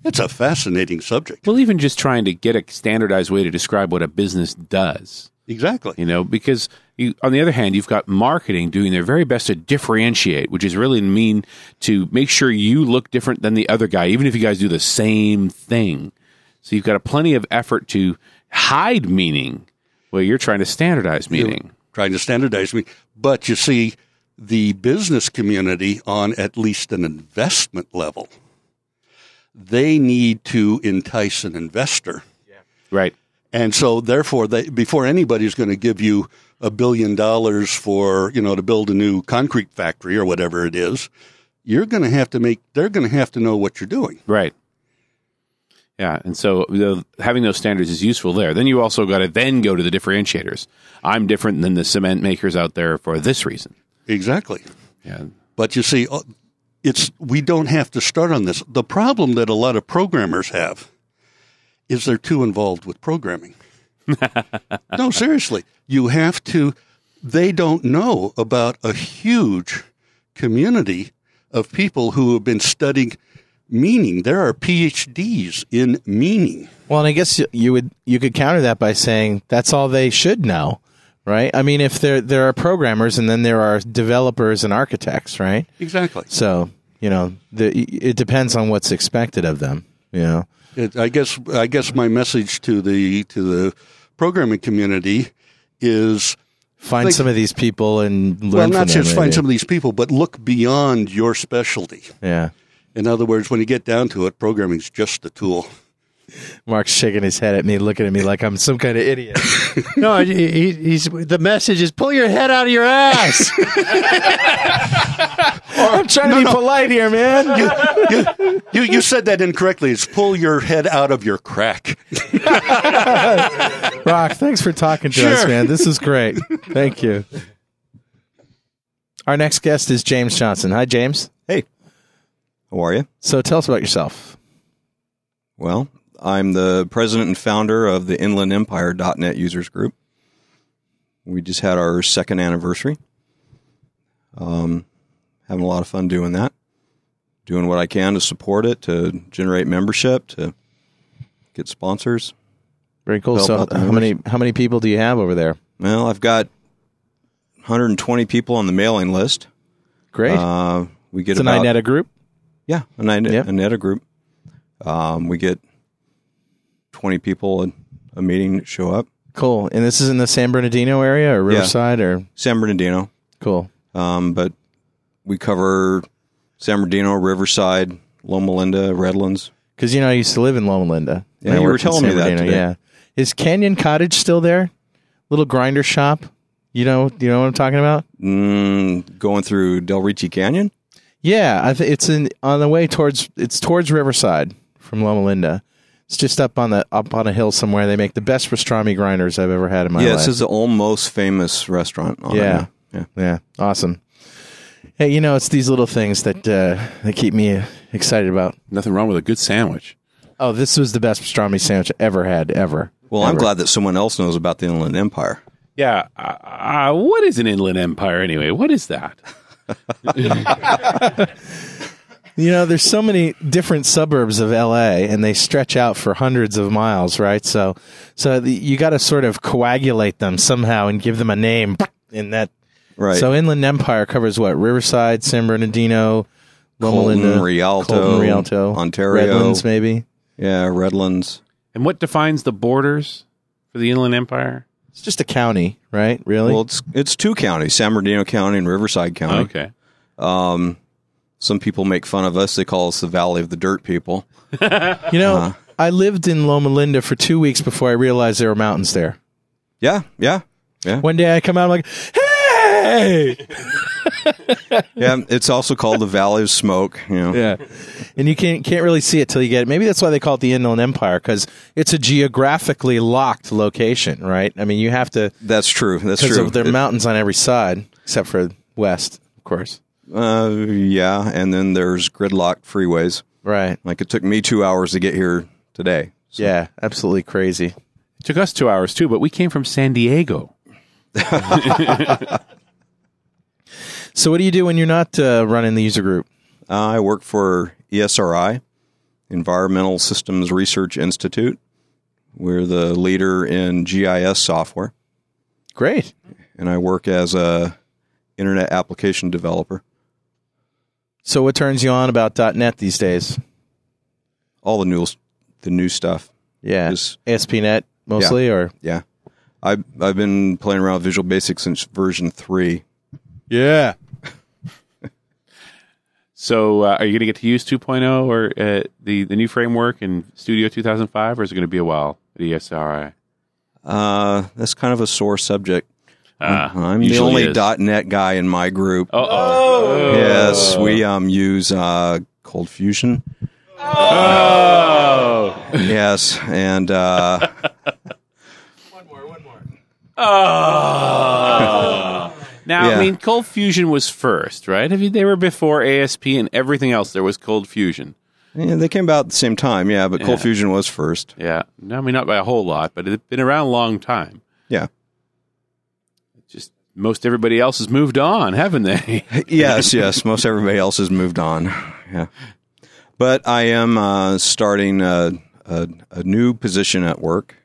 [SPEAKER 10] it's a fascinating subject.
[SPEAKER 6] Well, even just trying to get a standardized way to describe what a business does.
[SPEAKER 10] Exactly.
[SPEAKER 6] you know because you, on the other hand you've got marketing doing their very best to differentiate which is really mean to make sure you look different than the other guy even if you guys do the same thing so you've got a plenty of effort to hide meaning well you're trying to standardize meaning
[SPEAKER 10] trying to standardize me. But you see, the business community, on at least an investment level, they need to entice an investor.
[SPEAKER 6] right
[SPEAKER 10] And so, therefore, they, before anybody's going to give you a billion dollars for, you know, to build a new concrete factory or whatever it is, you're going to have to make, they're going to have to know what you're doing.
[SPEAKER 6] right yeah and so the, having those standards is useful there then you also got to then go to the differentiators i'm different than the cement makers out there for this reason
[SPEAKER 10] Exactly.
[SPEAKER 6] yeah
[SPEAKER 10] But you see, uh, it's we don't have to start on this. The problem that a lot of programmers have is they're too involved with programming. no, seriously, you have to. They don't know about a huge community of people who have been studying meaning. There are PhDs in meaning.
[SPEAKER 2] Well, and I guess y- you would you could counter that by saying that's all they should know, right? I mean, if there there are programmers and then there are developers and architects, right?
[SPEAKER 10] Exactly.
[SPEAKER 2] So you know, the, it depends on what's expected of them. You know,
[SPEAKER 10] It, I guess I guess my message to the to the programming community is
[SPEAKER 2] find
[SPEAKER 10] Like-
[SPEAKER 2] some of these people and learn
[SPEAKER 10] well,
[SPEAKER 2] from
[SPEAKER 10] not
[SPEAKER 2] them,
[SPEAKER 10] just find
[SPEAKER 2] maybe.
[SPEAKER 10] some of these people, but look beyond your specialty.
[SPEAKER 2] Yeah,
[SPEAKER 10] In other words, when you get down to it, programming's just a tool.
[SPEAKER 2] Mark's shaking his head at me, looking at me like I'm some kind of
[SPEAKER 10] [LAUGHS]
[SPEAKER 2] idiot.
[SPEAKER 3] No, he, he- he's the message is pull your head out of your
[SPEAKER 2] [LAUGHS]
[SPEAKER 3] ass.
[SPEAKER 2] I'm trying to be polite here, man.
[SPEAKER 10] You, you, you, you said that incorrectly. It's pull your head out of your crack.
[SPEAKER 2] Rock, thanks for talking to us,
[SPEAKER 10] Sure.
[SPEAKER 2] man. This is great. Thank you. Our next guest is James Johnson. Hi, James.
[SPEAKER 11] How are you?
[SPEAKER 2] So tell us about yourself.
[SPEAKER 11] Well, I'm the president and founder of the Inland Empire.net users group. We just had our second anniversary. Um, having a lot of fun doing that, doing what I can to support it, to generate membership, to get sponsors.
[SPEAKER 2] Very cool.
[SPEAKER 11] Help
[SPEAKER 2] so
[SPEAKER 11] out the
[SPEAKER 2] how many how many people do you have over there?
[SPEAKER 11] Well, I've got 120 people on the mailing list.
[SPEAKER 2] Great.
[SPEAKER 11] Uh, we get
[SPEAKER 2] It's an
[SPEAKER 11] about,
[SPEAKER 2] INETA group.
[SPEAKER 11] Yeah, an INETA,
[SPEAKER 2] Yep.
[SPEAKER 11] INETA group. Um, we get 20 people at a meeting that show up.
[SPEAKER 2] Cool. And this is in the San Bernardino area or
[SPEAKER 11] Yeah.
[SPEAKER 2] Riverside or
[SPEAKER 11] San Bernardino.
[SPEAKER 2] cool.
[SPEAKER 11] Um, but we cover San Bernardino, Riverside, Loma Linda, Redlands.
[SPEAKER 2] Because you know I used to live in Loma Linda.
[SPEAKER 11] Yeah,
[SPEAKER 2] And I
[SPEAKER 11] you were
[SPEAKER 2] worked in
[SPEAKER 11] telling
[SPEAKER 2] San
[SPEAKER 11] me that
[SPEAKER 2] Bernardino,
[SPEAKER 11] today.
[SPEAKER 2] Yeah. Is Canyon Cottage still there? Little grinder shop. You know, you know what I'm talking about?
[SPEAKER 11] Mm, going through Del Ricci Canyon.
[SPEAKER 2] Yeah, I th- it's in on the way towards it's towards Riverside from Loma Linda. It's just up on the up on a hill somewhere. They make the best pastrami grinders I've ever had in my
[SPEAKER 11] yeah,
[SPEAKER 2] life.
[SPEAKER 11] this is the almost famous restaurant. On
[SPEAKER 2] Yeah.
[SPEAKER 11] It. Yeah.
[SPEAKER 2] yeah, awesome. Hey, you know, it's these little things that uh, that keep me excited about.
[SPEAKER 6] Nothing wrong with a good sandwich.
[SPEAKER 2] Oh, this was the best pastrami sandwich I ever had ever.
[SPEAKER 11] Well, I'm glad that someone else knows about the Inland Empire.
[SPEAKER 6] Yeah. Uh, uh, what is an inland empire anyway? What is that?
[SPEAKER 2] You know, there's so many different suburbs of LA, and they stretch out for hundreds of miles, right? So, so the, you got to sort of coagulate them somehow and give them a name. In that,
[SPEAKER 11] Right.
[SPEAKER 2] so Inland Empire covers what Riverside, San Bernardino, Loma
[SPEAKER 11] Colton,
[SPEAKER 2] Linda,
[SPEAKER 11] Rialto,
[SPEAKER 2] Colton, Rialto,
[SPEAKER 11] Ontario.
[SPEAKER 2] Redlands, maybe.
[SPEAKER 11] yeah, Redlands.
[SPEAKER 6] And what defines the borders for the inland empire?
[SPEAKER 2] It's just a county, right? Really?
[SPEAKER 11] Well, it's it's two counties, San Bernardino County and Riverside County.
[SPEAKER 6] Okay.
[SPEAKER 11] Um, some people make fun of us. They call us the Valley of the Dirt people.
[SPEAKER 2] you know,
[SPEAKER 11] Uh-huh.
[SPEAKER 2] I lived in Loma Linda for two weeks before I realized there were mountains there.
[SPEAKER 11] Yeah, yeah, yeah,
[SPEAKER 2] One day I come out, I'm like, hey. [LAUGHS]
[SPEAKER 11] yeah. It's also called the Valley of Smoke. You know.
[SPEAKER 2] yeah. And you can't can't really see it till you get it. Maybe that's why they call it the Inland Empire because it's a geographically locked location, right? I mean, you have to
[SPEAKER 11] That's true. That's
[SPEAKER 2] because
[SPEAKER 11] true.
[SPEAKER 2] of their
[SPEAKER 11] It-
[SPEAKER 2] mountains on every side except
[SPEAKER 11] [LAUGHS]
[SPEAKER 2] for west, of course.
[SPEAKER 11] uh, yeah, and then there's gridlocked freeways.
[SPEAKER 2] Right.
[SPEAKER 11] Like it took me two hours to get here today. So,
[SPEAKER 2] Yeah. Absolutely crazy.
[SPEAKER 6] It took us two hours too, but we came from San Diego.
[SPEAKER 2] So, what do you do when you're not uh, running the user group?
[SPEAKER 11] I work for E ESRI, Environmental Systems Research Institute. We're the leader in GIS software,
[SPEAKER 2] Great.
[SPEAKER 11] and I work as a internet application developer.
[SPEAKER 2] So, what turns you on about .NET these days?
[SPEAKER 11] All the new the new stuff.
[SPEAKER 2] Yeah,
[SPEAKER 11] Just-
[SPEAKER 2] ASP.NET mostly, or
[SPEAKER 11] Yeah, I I've been playing around with Visual Basic since version three.
[SPEAKER 2] yeah.
[SPEAKER 6] [LAUGHS] So, uh, are you going to get to use 2.0 or uh, the the new framework in Studio 2005, or is it going to be a while at E ESRI?
[SPEAKER 11] Uh, that's kind of a sore subject.
[SPEAKER 6] Ah,
[SPEAKER 11] I'm the
[SPEAKER 6] usually
[SPEAKER 11] only
[SPEAKER 6] is.
[SPEAKER 11] .NET guy in my group.
[SPEAKER 6] Uh-oh.
[SPEAKER 11] Yes, we um use uh, Cold Fusion. Oh. Yes,
[SPEAKER 6] [LAUGHS]
[SPEAKER 11] and uh,
[SPEAKER 6] Now,
[SPEAKER 11] Yeah.
[SPEAKER 6] I mean, Cold Fusion was first, right? I mean, they were before ASP and everything else. There was Cold Fusion.
[SPEAKER 11] yeah, they came about at the same time. Yeah, but Cold
[SPEAKER 6] Yeah.
[SPEAKER 11] Fusion was first.
[SPEAKER 6] Yeah. No, I mean, not by a whole lot, but it's been around a long time.
[SPEAKER 11] Yeah.
[SPEAKER 6] Just most everybody else has moved on, haven't they?
[SPEAKER 11] [LAUGHS] yes, yes. Most everybody else has moved on. Yeah, but I am uh, starting a, a, a new position at work.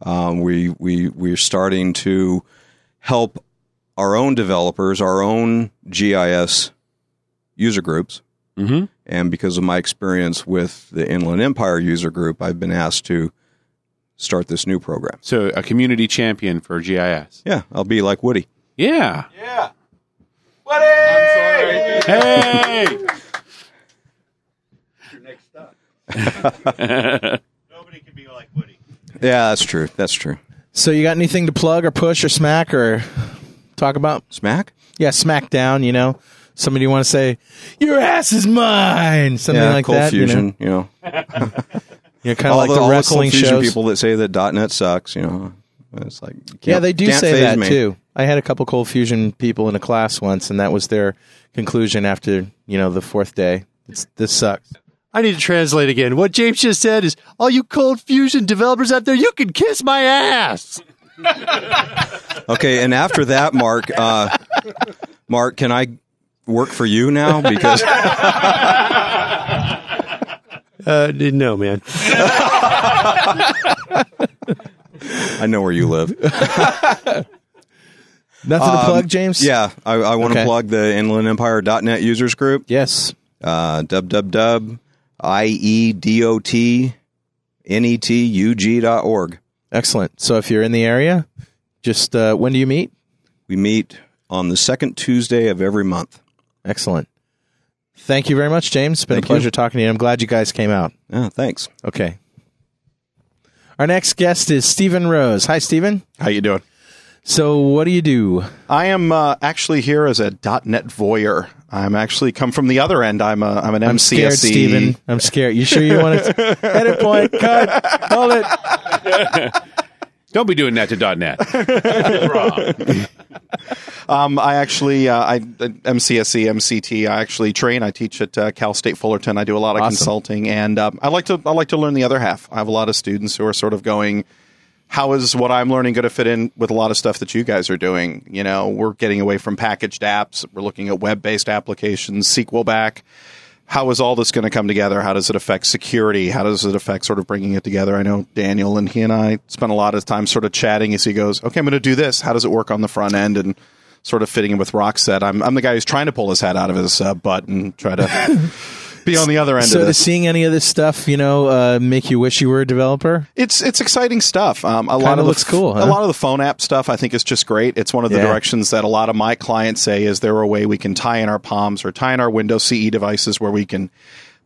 [SPEAKER 11] Um, we we we're starting to help our own developers, our own GIS user groups,
[SPEAKER 6] Mhm.
[SPEAKER 11] and because of my experience with the Inland Empire user group, I've been asked to start this new program.
[SPEAKER 6] so, a community champion for GIS.
[SPEAKER 11] Yeah, I'll be like Woody.
[SPEAKER 6] Yeah. [LAUGHS]
[SPEAKER 1] What
[SPEAKER 6] Hey!
[SPEAKER 2] [LAUGHS]
[SPEAKER 5] Nobody can be like Woody.
[SPEAKER 11] Yeah, that's true. That's true.
[SPEAKER 2] So, you got anything to plug or push or smack or talk about?
[SPEAKER 11] Smack.
[SPEAKER 2] Yeah, SmackDown, you know. Somebody want to say, Your ass is mine. Something
[SPEAKER 11] yeah,
[SPEAKER 2] like
[SPEAKER 11] Cold
[SPEAKER 2] that.
[SPEAKER 11] Fusion. You
[SPEAKER 2] [LAUGHS]
[SPEAKER 11] know.
[SPEAKER 2] You know, kind of like the
[SPEAKER 11] all
[SPEAKER 2] wrestling
[SPEAKER 11] Cold Fusion
[SPEAKER 2] shows.
[SPEAKER 11] people that say that .NET sucks, you know, it's like you
[SPEAKER 2] yeah,
[SPEAKER 11] can't-
[SPEAKER 2] they do
[SPEAKER 11] can't
[SPEAKER 2] say
[SPEAKER 11] faze
[SPEAKER 2] that
[SPEAKER 11] me.
[SPEAKER 2] too. I had a couple Cold Fusion people in a class once, and that was their conclusion after, you know, the fourth day. It's, this sucks.
[SPEAKER 3] I need to translate again. What James just said is, all you cold fusion developers out there, you can kiss my ass.
[SPEAKER 11] Okay, and after that, Mark, uh, Mark, can I work for you now?
[SPEAKER 2] [LAUGHS]
[SPEAKER 11] Because
[SPEAKER 3] Uh, no,
[SPEAKER 11] [LAUGHS]
[SPEAKER 3] man.
[SPEAKER 11] I know where you live.
[SPEAKER 2] Nothing to
[SPEAKER 11] Um,
[SPEAKER 2] plug, James?
[SPEAKER 11] Yeah, I, I want to
[SPEAKER 2] Okay.
[SPEAKER 11] plug the InlandEmpire.net users group.
[SPEAKER 2] Yes.
[SPEAKER 11] Uh, e www.iedotnetug.org.
[SPEAKER 2] Excellent. So if you're in the area, just uh, when do you meet?
[SPEAKER 11] We meet on the second Tuesday of every month.
[SPEAKER 2] Excellent. Thank you very much, James. It's been
[SPEAKER 11] Thank
[SPEAKER 2] a
[SPEAKER 11] you.
[SPEAKER 2] pleasure talking to you. I'm glad you guys came out.
[SPEAKER 11] Yeah, thanks.
[SPEAKER 2] Okay. Our next guest is Stephen Rose. Hi, Stephen.
[SPEAKER 12] How you doing?
[SPEAKER 2] So, what do you do?
[SPEAKER 12] I am uh, actually here as a .NET voyeur. I'm actually come from the other end. I'm a I'm an
[SPEAKER 2] I'm
[SPEAKER 12] MCSE.
[SPEAKER 2] scared, Stephen. I'm scared. You sure you
[SPEAKER 6] [LAUGHS]
[SPEAKER 12] [LAUGHS]
[SPEAKER 2] want to? Edit point. Cut. Hold it.
[SPEAKER 6] Don't be doing that to .net.
[SPEAKER 12] Um, I actually uh, I MCSE MCT. I actually train. I teach at uh, Cal State Fullerton. I do a lot of consulting, and um, I like to I like to learn the other half. I have a lot of students who are sort of going. How is what I'm learning going to fit in with a lot of stuff that you guys are doing? You know, we're getting away from packaged apps. We're looking at web-based applications, SQL back. How is all this going to come together? How does it affect security? How does it affect sort of bringing it together? I know Daniel and he and I spent a lot of time sort of chatting as he goes, "Okay, I'm going to do this. How does it work on the front end?" and sort of fitting in with Roxette. I'm I'm the guy who's trying to pull his hat out of his uh, butt and try to be on the other end of
[SPEAKER 2] So, does
[SPEAKER 12] this.
[SPEAKER 2] seeing any of this stuff, you know, uh, make you wish you were a developer?
[SPEAKER 12] It's it's exciting stuff. Um, a lot
[SPEAKER 2] Kinda
[SPEAKER 12] of the
[SPEAKER 2] looks
[SPEAKER 12] f-
[SPEAKER 2] cool, huh?
[SPEAKER 12] A lot of the phone app stuff I think is just great. It's one of the
[SPEAKER 2] Yeah.
[SPEAKER 12] directions that a lot of my clients say is there a way we can tie in our palms or tie in our Windows CE devices where we can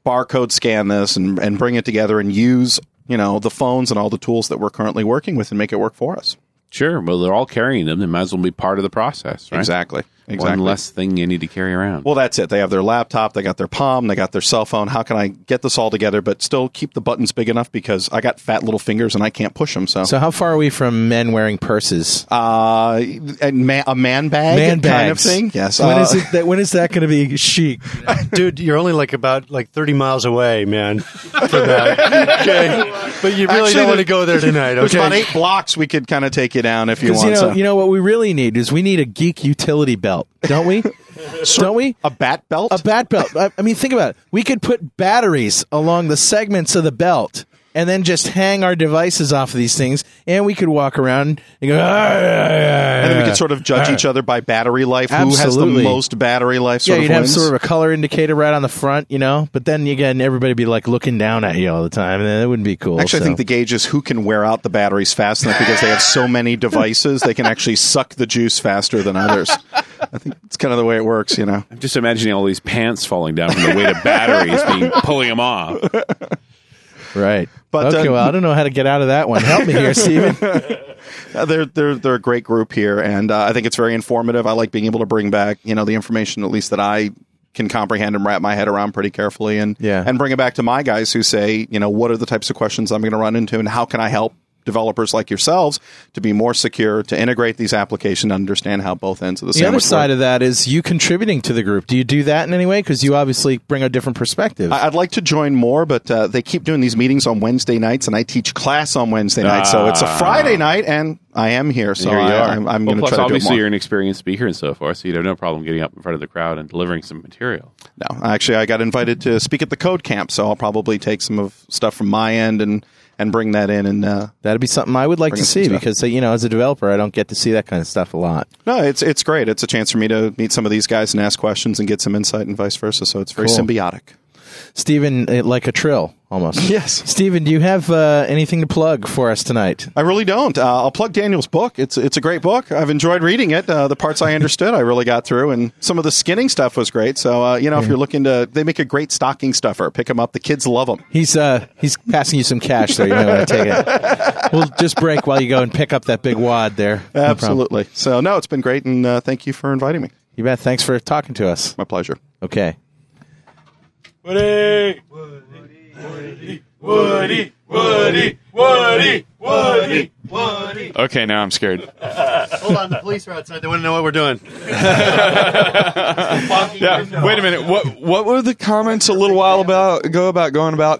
[SPEAKER 12] barcode scan this and and bring it together and use you know the phones and all the tools that we're currently working with and make it work for us.
[SPEAKER 6] Sure. Well, they're all carrying them. They might as well be part of the process, right?
[SPEAKER 12] Exactly. Exactly.
[SPEAKER 6] One less thing you need to carry around.
[SPEAKER 12] Well, that's it. They have their laptop, they got their palm, they got their cell phone. How can I get this all together, but still keep the buttons big enough because I got fat little fingers and I can't push them? So,
[SPEAKER 2] So, how far are we from men wearing purses?
[SPEAKER 12] Oh. uh, a, ma- a man bag,
[SPEAKER 2] man bags.
[SPEAKER 12] kind of thing. Yes.
[SPEAKER 2] When
[SPEAKER 12] uh,
[SPEAKER 2] is it that? When is that going to be chic?
[SPEAKER 3] [LAUGHS] dude, you're only like about like 30 miles away, man. For that. okay, but you really don't want to
[SPEAKER 12] Actually, there's-
[SPEAKER 3] go there tonight.
[SPEAKER 12] There's about
[SPEAKER 3] Okay,
[SPEAKER 12] eight blocks. We could kind of take you down [LAUGHS] if you
[SPEAKER 2] Because
[SPEAKER 12] want.
[SPEAKER 2] you know,
[SPEAKER 12] so-
[SPEAKER 2] you know what we really need is we need a geek utility belt, don't
[SPEAKER 12] [LAUGHS]
[SPEAKER 2] we? don't we?
[SPEAKER 12] a bat belt.
[SPEAKER 2] A bat belt. I, I mean, think about it. We could put batteries along the segments of the belt, and then just hang our devices off of these things, and we could walk around and go. "Ah, yeah, yeah,
[SPEAKER 12] and then we
[SPEAKER 2] yeah." Ah. Uh,
[SPEAKER 12] could sort of judge each other by battery life. Who has
[SPEAKER 2] Absolutely.
[SPEAKER 12] the most battery life?
[SPEAKER 2] Yeah,
[SPEAKER 12] Sort
[SPEAKER 2] you'd
[SPEAKER 12] of
[SPEAKER 2] have
[SPEAKER 12] wins.
[SPEAKER 2] sort of a color indicator right on the front, you know. But then again, everybody would be like looking down at you all the time, and that wouldn't be cool.
[SPEAKER 12] Actually,
[SPEAKER 2] so.
[SPEAKER 12] I think the gauge is who can wear out the batteries fast enough because they have so
[SPEAKER 2] [LAUGHS]
[SPEAKER 12] many devices, they can actually suck the juice faster than others. I think it's kind of the way it works, you know.
[SPEAKER 6] I'm just imagining all these pants falling down from the weight of batteries being pulling them off.
[SPEAKER 2] [LAUGHS] right.
[SPEAKER 12] But,
[SPEAKER 2] okay,
[SPEAKER 12] uh,
[SPEAKER 2] well, I don't know how to get out of that one. Help me
[SPEAKER 12] [LAUGHS]
[SPEAKER 2] here, Steven.
[SPEAKER 12] Uh, They're they're they're a great group here, and uh, I think it's very informative. I like being able to bring back you know the information at least that I can comprehend and wrap my head around pretty carefully, and
[SPEAKER 2] Yeah.
[SPEAKER 12] and bring it back to my guys who say you know what are the types of questions I'm going to run into, and how can I help developers like yourselves to be more secure, to integrate these applications, understand how both ends of the,
[SPEAKER 2] The other
[SPEAKER 12] sandwich work.
[SPEAKER 2] side of that is you contributing to the group. Do you do that in any way? Because you obviously bring a different perspective.
[SPEAKER 12] I- I'd like to join more, but uh, they keep doing these meetings on Wednesday nights, and I teach class on Wednesday night, so it's a
[SPEAKER 6] Ah.
[SPEAKER 12] Friday night, and I am here, so
[SPEAKER 6] Here you
[SPEAKER 12] I,
[SPEAKER 6] are.
[SPEAKER 12] am I'm
[SPEAKER 6] Well,
[SPEAKER 12] going to
[SPEAKER 6] plus,
[SPEAKER 12] try to do it
[SPEAKER 6] obviously,
[SPEAKER 12] more.
[SPEAKER 6] you're an experienced speaker and so forth, so you'd have no problem getting up in front of the crowd and delivering some material.
[SPEAKER 12] No, actually, I got invited to speak at the Code Camp, so I'll probably take some of stuff from my end and and bring that in. And uh,
[SPEAKER 2] That'd be something I would like
[SPEAKER 12] Bring
[SPEAKER 2] to
[SPEAKER 12] up some
[SPEAKER 2] see
[SPEAKER 12] stuff.
[SPEAKER 2] because uh, you know, as a developer, I don't get to see that kind of stuff a lot.
[SPEAKER 12] no, it's it's great. It's a chance for me to meet some of these guys and ask questions and get some insight and vice versa. So it's very
[SPEAKER 2] Cool.
[SPEAKER 12] symbiotic.
[SPEAKER 2] Stephen, uh, like a trill almost.
[SPEAKER 12] [LAUGHS] Yes.
[SPEAKER 2] Stephen, do you have uh, anything to plug for us tonight?
[SPEAKER 12] I really don't. Uh, I'll plug Daniel's book. It's it's a great book. I've enjoyed reading it. Uh, the parts I understood, I really got through, and some of the skinning stuff was great. So uh, you know, if you're looking to, they make a great stocking stuffer. Pick them up. The kids love them.
[SPEAKER 2] He's uh, he's passing you some cash there. You might want to take
[SPEAKER 12] [LAUGHS]
[SPEAKER 2] it. [LAUGHS] We'll just break while you go and pick up that big wad there. No problem.
[SPEAKER 12] Absolutely. so no, it's been great, and uh, thank you for inviting me.
[SPEAKER 2] You bet. Thanks for talking to us.
[SPEAKER 12] My pleasure.
[SPEAKER 2] Okay.
[SPEAKER 1] Woody, Woody, Woody, Woody, Woody, Woody.
[SPEAKER 6] Okay, now I'm scared.
[SPEAKER 3] hold on. The police are outside. They want to know what we're doing.
[SPEAKER 12] Yeah.
[SPEAKER 2] [LAUGHS]
[SPEAKER 1] Wait a minute. What what were the comments a little while about ago about going about